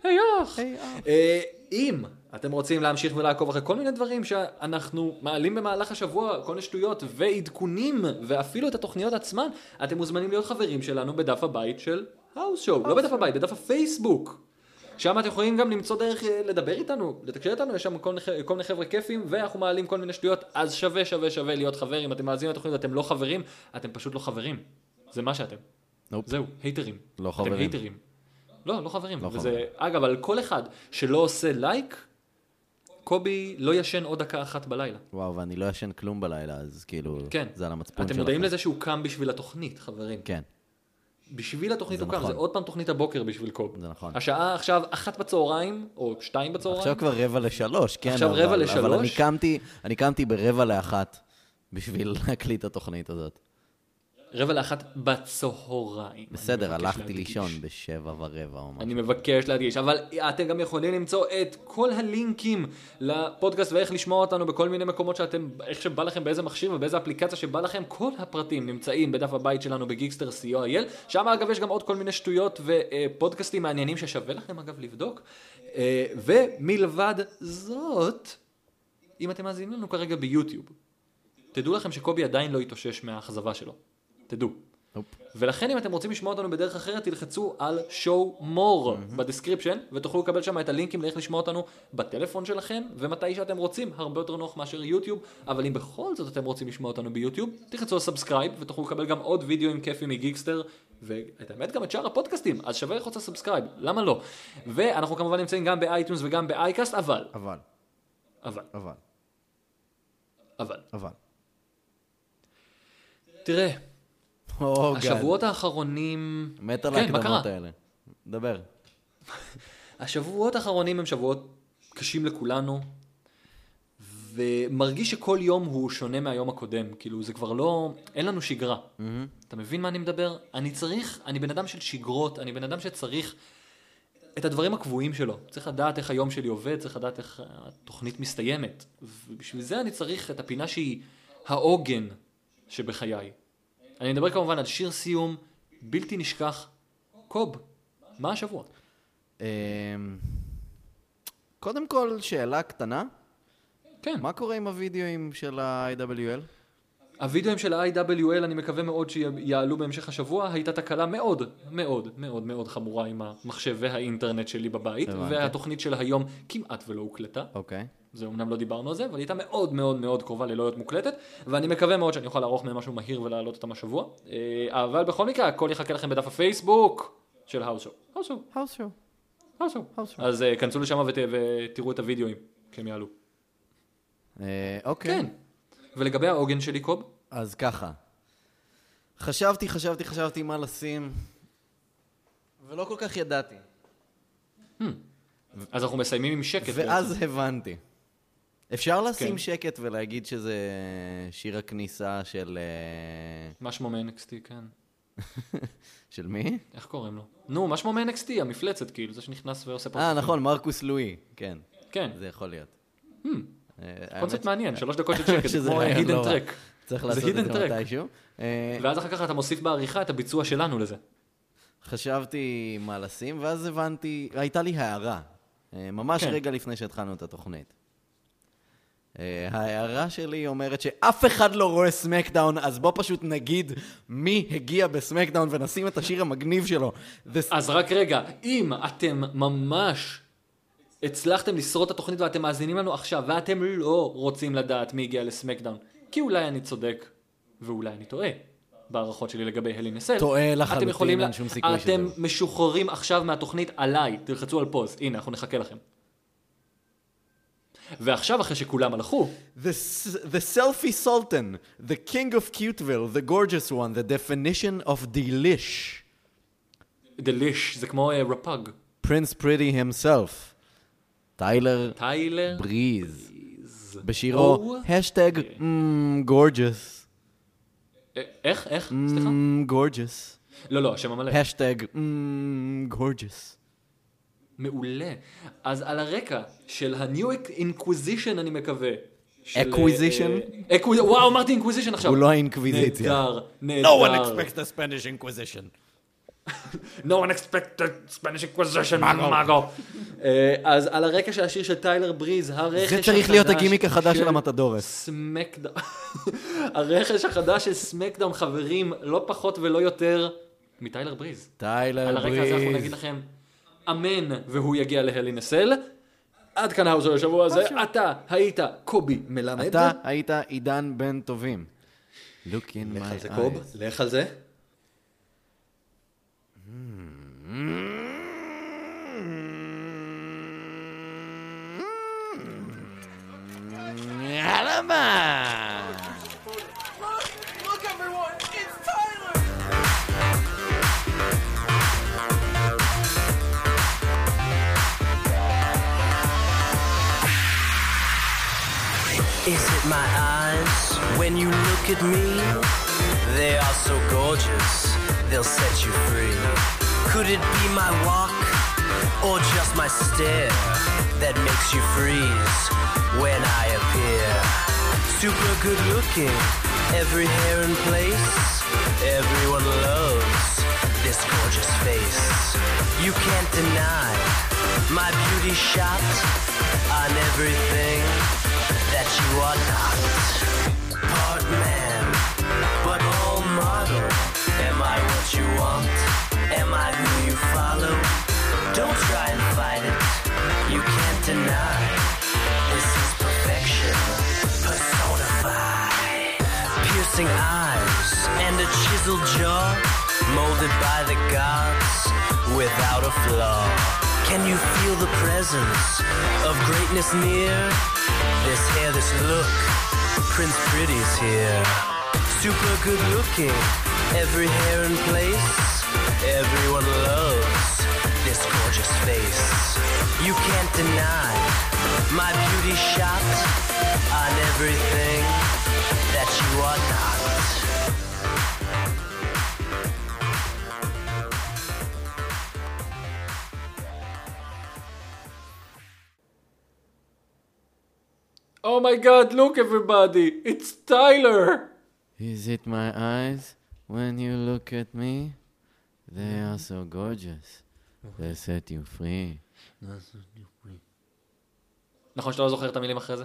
S1: היי אח!
S2: היי אח.
S1: אה, אם אתם רוצים להמשיך ולעקוב אחרי כל מיני דברים שאנחנו מעלים במהלך השבוע, כל מיני שטויות ועדכונים, ואפילו את התוכניות עצמן, אתם מוזמנים להיות חברים שלנו בדף הבית של האוס שואו. לא בדף הבית, בדף הפייסבוק. שם אתם יכולים גם למצוא דרך אה, לדבר איתנו, לתקשר איתנו, יש שם כל מיני ח- כל מיני חבר'ה כיפים, ואנחנו מעלים כל מיני שטויות, אז שווה שווה שווה להיות חבר, אם אתם מאזינים לתוכנית ואתם לא חברים, אתם פשוט לא חברים. זה מה שאתם.
S2: נופ.
S1: זהו, הייטרים.
S2: לא
S1: אתם
S2: חברים.
S1: הייטרים. לא, לא חברים.
S2: לא
S1: וזה,
S2: חברים.
S1: אגב, על כל אחד שלא עושה לייק, קובי לא ישן עוד דקה אחת בלילה.
S2: וואו, ואני לא ישן כלום בלילה, אז כאילו,
S1: כן.
S2: זה על המצפון שלכם.
S1: אתם מודעים לזה אוקיי. שהוא קם בשביל התוכנית, חברים.
S2: כן.
S1: בשביל התוכנית
S2: זה
S1: הוא קם,
S2: נכון.
S1: זה עוד פעם תוכנית הבוקר בשביל קוב.
S2: זה נכון.
S1: השעה עכשיו אחת בצהריים, או שתיים בצהריים.
S2: עכשיו כבר רבע לשלוש, כן.
S1: עכשיו
S2: אבל-
S1: רבע
S2: אבל
S1: לשלוש?
S2: אני קמתי, אני קמתי ברבע לאחת בשביל להקליט את התוכנית הזאת.
S1: רבע לאחת בצהריים.
S2: בסדר,
S1: אני מבקש
S2: הלכתי
S1: להדגיש.
S2: לישון בשבע ורבע או משהו.
S1: אני מבקש להדגיש, אבל אתם גם יכולים למצוא את כל הלינקים לפודקאסט ואיך לשמוע אותנו בכל מיני מקומות שאתם, איך שבא לכם, באיזה מכשיר ובאיזה אפליקציה שבא לכם, כל הפרטים נמצאים בדף הבית שלנו בגיקסטר co.il, שם אגב יש גם עוד כל מיני שטויות ופודקאסטים מעניינים ששווה לכם אגב לבדוק, אה, ומלבד זאת, אם אתם מאזינים לנו כרגע ביוטיוב, תדעו לכם שקובי עדיין לא התאושש מהאכזבה שלו, תדעו.
S2: הופ.
S1: ולכן אם אתם רוצים לשמוע אותנו בדרך אחרת, תלחצו על show more בדסקריפשן, ותוכלו לקבל שם את הלינקים לאיך לשמוע אותנו בטלפון שלכם, ומתי שאתם רוצים, הרבה יותר נוח מאשר יוטיוב, אבל אם בכל זאת אתם רוצים לשמוע אותנו ביוטיוב, תלחצו על סאבסקרייב, ותוכלו לקבל גם עוד וידאוים כיפים מגיקסטר, ואת האמת גם את שאר הפודקאסטים, אז שווה ללחוץ על סאבסקרייב, למה לא? ואנחנו כמובן נמצאים גם באייטיונס וגם באייקאסט, אבל,
S2: אבל,
S1: אבל,
S2: אבל,
S1: אבל,
S2: אבל.
S1: תראה,
S2: או, גאד.
S1: השבועות האחרונים...
S2: Oh, מת על
S1: כן, מה קרה?
S2: ההקדמות האלה. דבר.
S1: השבועות האחרונים הם שבועות קשים לכולנו, ומרגיש שכל יום הוא שונה מהיום הקודם. כאילו, זה כבר לא... אין לנו שגרה. אתה מבין מה אני מדבר? אני צריך... אני בן אדם של שגרות, אני בן אדם שצריך את הדברים הקבועים שלו. צריך לדעת איך היום שלי עובד, צריך לדעת איך התוכנית מסתיימת. ובשביל זה אני צריך את הפינה שהיא העוגן שבחיי. אני מדבר כמובן על שיר סיום בלתי נשכח, קוב. מה השבוע?
S2: אמ, קודם כל, שאלה קטנה.
S1: כן.
S2: מה קורה עם הוידאוים של ה-IWL?
S1: הווידאוים של ה-IWL, אני מקווה מאוד שיעלו בהמשך השבוע, הייתה תקלה מאוד, מאוד, מאוד מאוד חמורה עם המחשב והאינטרנט שלי בבית,
S2: הבנתי.
S1: והתוכנית של היום כמעט ולא הוקלטה.
S2: אוקיי.
S1: זה אמנם לא דיברנו על זה, אבל היא הייתה מאוד מאוד מאוד קרובה ללא להיות מוקלטת, ואני מקווה מאוד שאני אוכל לערוך מהם משהו מהיר ולהעלות אותם השבוע. אה, אבל בכל מקרה, הכל יחכה לכם בדף הפייסבוק של האוסו. האוסו,
S2: האוס שואו.
S1: האוסו.
S2: האוסו.
S1: אז אה, כנסו לשם ות- ותראו את הווידאוים, כשהם יעלו.
S2: אוקיי.
S1: כן. ולגבי העוגן שלי, קוב?
S2: אז ככה. חשבתי, חשבתי, חשבתי מה לשים, ולא כל כך ידעתי.
S1: אז אנחנו מסיימים עם שקט. בעצם.
S2: ואז הבנתי. אפשר
S1: כן.
S2: לשים שקט ולהגיד שזה שיר הכניסה של... אה,
S1: מה שמו מ-NXT, כן.
S2: של מי?
S1: איך קוראים לו? נו, מה שמו מ-NXT, המפלצת, כאילו, זה שנכנס ועושה פה...
S2: אה, נכון, מרקוס לואי. כן,
S1: כן,
S2: זה יכול להיות. אה,
S1: קונספט
S2: האמת-
S1: מעניין, שלוש דקות של שקט, זה
S2: שזה
S1: כמו
S2: רעיון לא
S1: הידן
S2: רע.
S1: טרק.
S2: צריך
S1: זה
S2: לעשות את
S1: hidden
S2: זה
S1: track.
S2: מתישהו. אה,
S1: ואז אחר כך אתה מוסיף בעריכה את הביצוע שלנו לזה.
S2: חשבתי מה לשים, ואז הבנתי, הייתה לי הערה. אה, ממש
S1: כן.
S2: רגע לפני שהתחלנו את התוכנית. אה, ההערה שלי אומרת שאף אחד לא רואה סמקדאון, אז בוא פשוט נגיד מי הגיע בסמקדאון ונשים את השיר המגניב שלו. The-
S1: אז רק רגע, אם אתם ממש הצלחתם לשרוד את התוכנית ואתם מאזינים לנו עכשיו, ואתם לא רוצים לדעת מי הגיע לסמקדאון, כי אולי אני צודק, ואולי אני טועה. בהערכות שלי לגבי הלי נסל.
S2: טועה
S1: אתם
S2: לחלוטין,
S1: יכולים לה-
S2: אין שום סיכוי שזה
S1: אתם
S2: הוא.
S1: משוחררים עכשיו מהתוכנית עליי, תלחצו על פוז, הנה, אנחנו נחכה לכם. ועכשיו, אחרי שכולם הלכו,
S2: The, s- the selfie sultan, the king of cuteville, the gorgeous one, the definition of delish,
S1: דליש, זה כמו אה, רפ"ג,
S2: prince pretty himself, טיילר
S1: טיילר,
S2: בריז,
S1: בריז.
S2: בשירו, mm,
S1: Oh.
S2: השטג, גורג'ס. Mm.
S1: אה, איך, איך, סליחה?
S2: גורג'ס.
S1: לא, לא, השם המלא.
S2: השטג, mm, גורג'ס.
S1: מעולה. אז על הרקע של ה-New Inquisition, אני מקווה. של,
S2: Acquisition?
S1: אה, Acqui- וואו, אמרתי Inquisition עכשיו.
S2: הוא לא האינקוויזיציה.
S1: נהדר, נהדר.
S2: No one expects the Spanish Inquisition.
S1: No one expected Spanish Inquisition, מאגו. אה, אז על הרקע של השיר של טיילר בריז, הרכש
S2: זה
S1: החדש...
S2: צריך להיות הגימיק החדש של המתדורס.
S1: סמקדאם. הרכש החדש של סמקדאם, חברים, לא פחות ולא יותר מטיילר בריז. על
S2: טיילר
S1: הרקע הזה אנחנו נגיד
S2: בריז.
S1: לכם אמן והוא יגיע להלינסל. עד כאן האוזר לשבוע הזה, אתה היית קובי מלמד.
S2: אתה היית עידן בן טובים. Look in
S1: לך על
S2: my
S1: זה קוב,
S2: eyes.
S1: לך על זה.
S2: יאללה מה?
S5: Look, everyone, it's Tyler!
S6: Is it my eyes when you look at me? They are so gorgeous, they'll set you free. Could it be my walk or just my stare that makes you freeze when I appear? Super good looking, every hair in place. Everyone loves this gorgeous face. You can't deny my beauty shot on everything that you are not. Part man, but all model. Am I what you want? Am I who you follow? Don't try and fight it. You can't deny. This is perfection personified. Piercing eyes and a chiseled jaw, molded by the gods without a flaw. Can you feel the presence of greatness near? This hair, this look, Prince Pretty's here. Super good looking, every hair in place. Everyone loves this gorgeous face. You can't deny my beauty shot on everything that you are not.
S1: Oh אומייגאד, לוק אבריבאדי, it's טיילר.
S2: Is it my eyes when you look at me? They are so gorgeous. They set you free.
S1: נכון שאתה לא זוכר את המילים אחרי זה?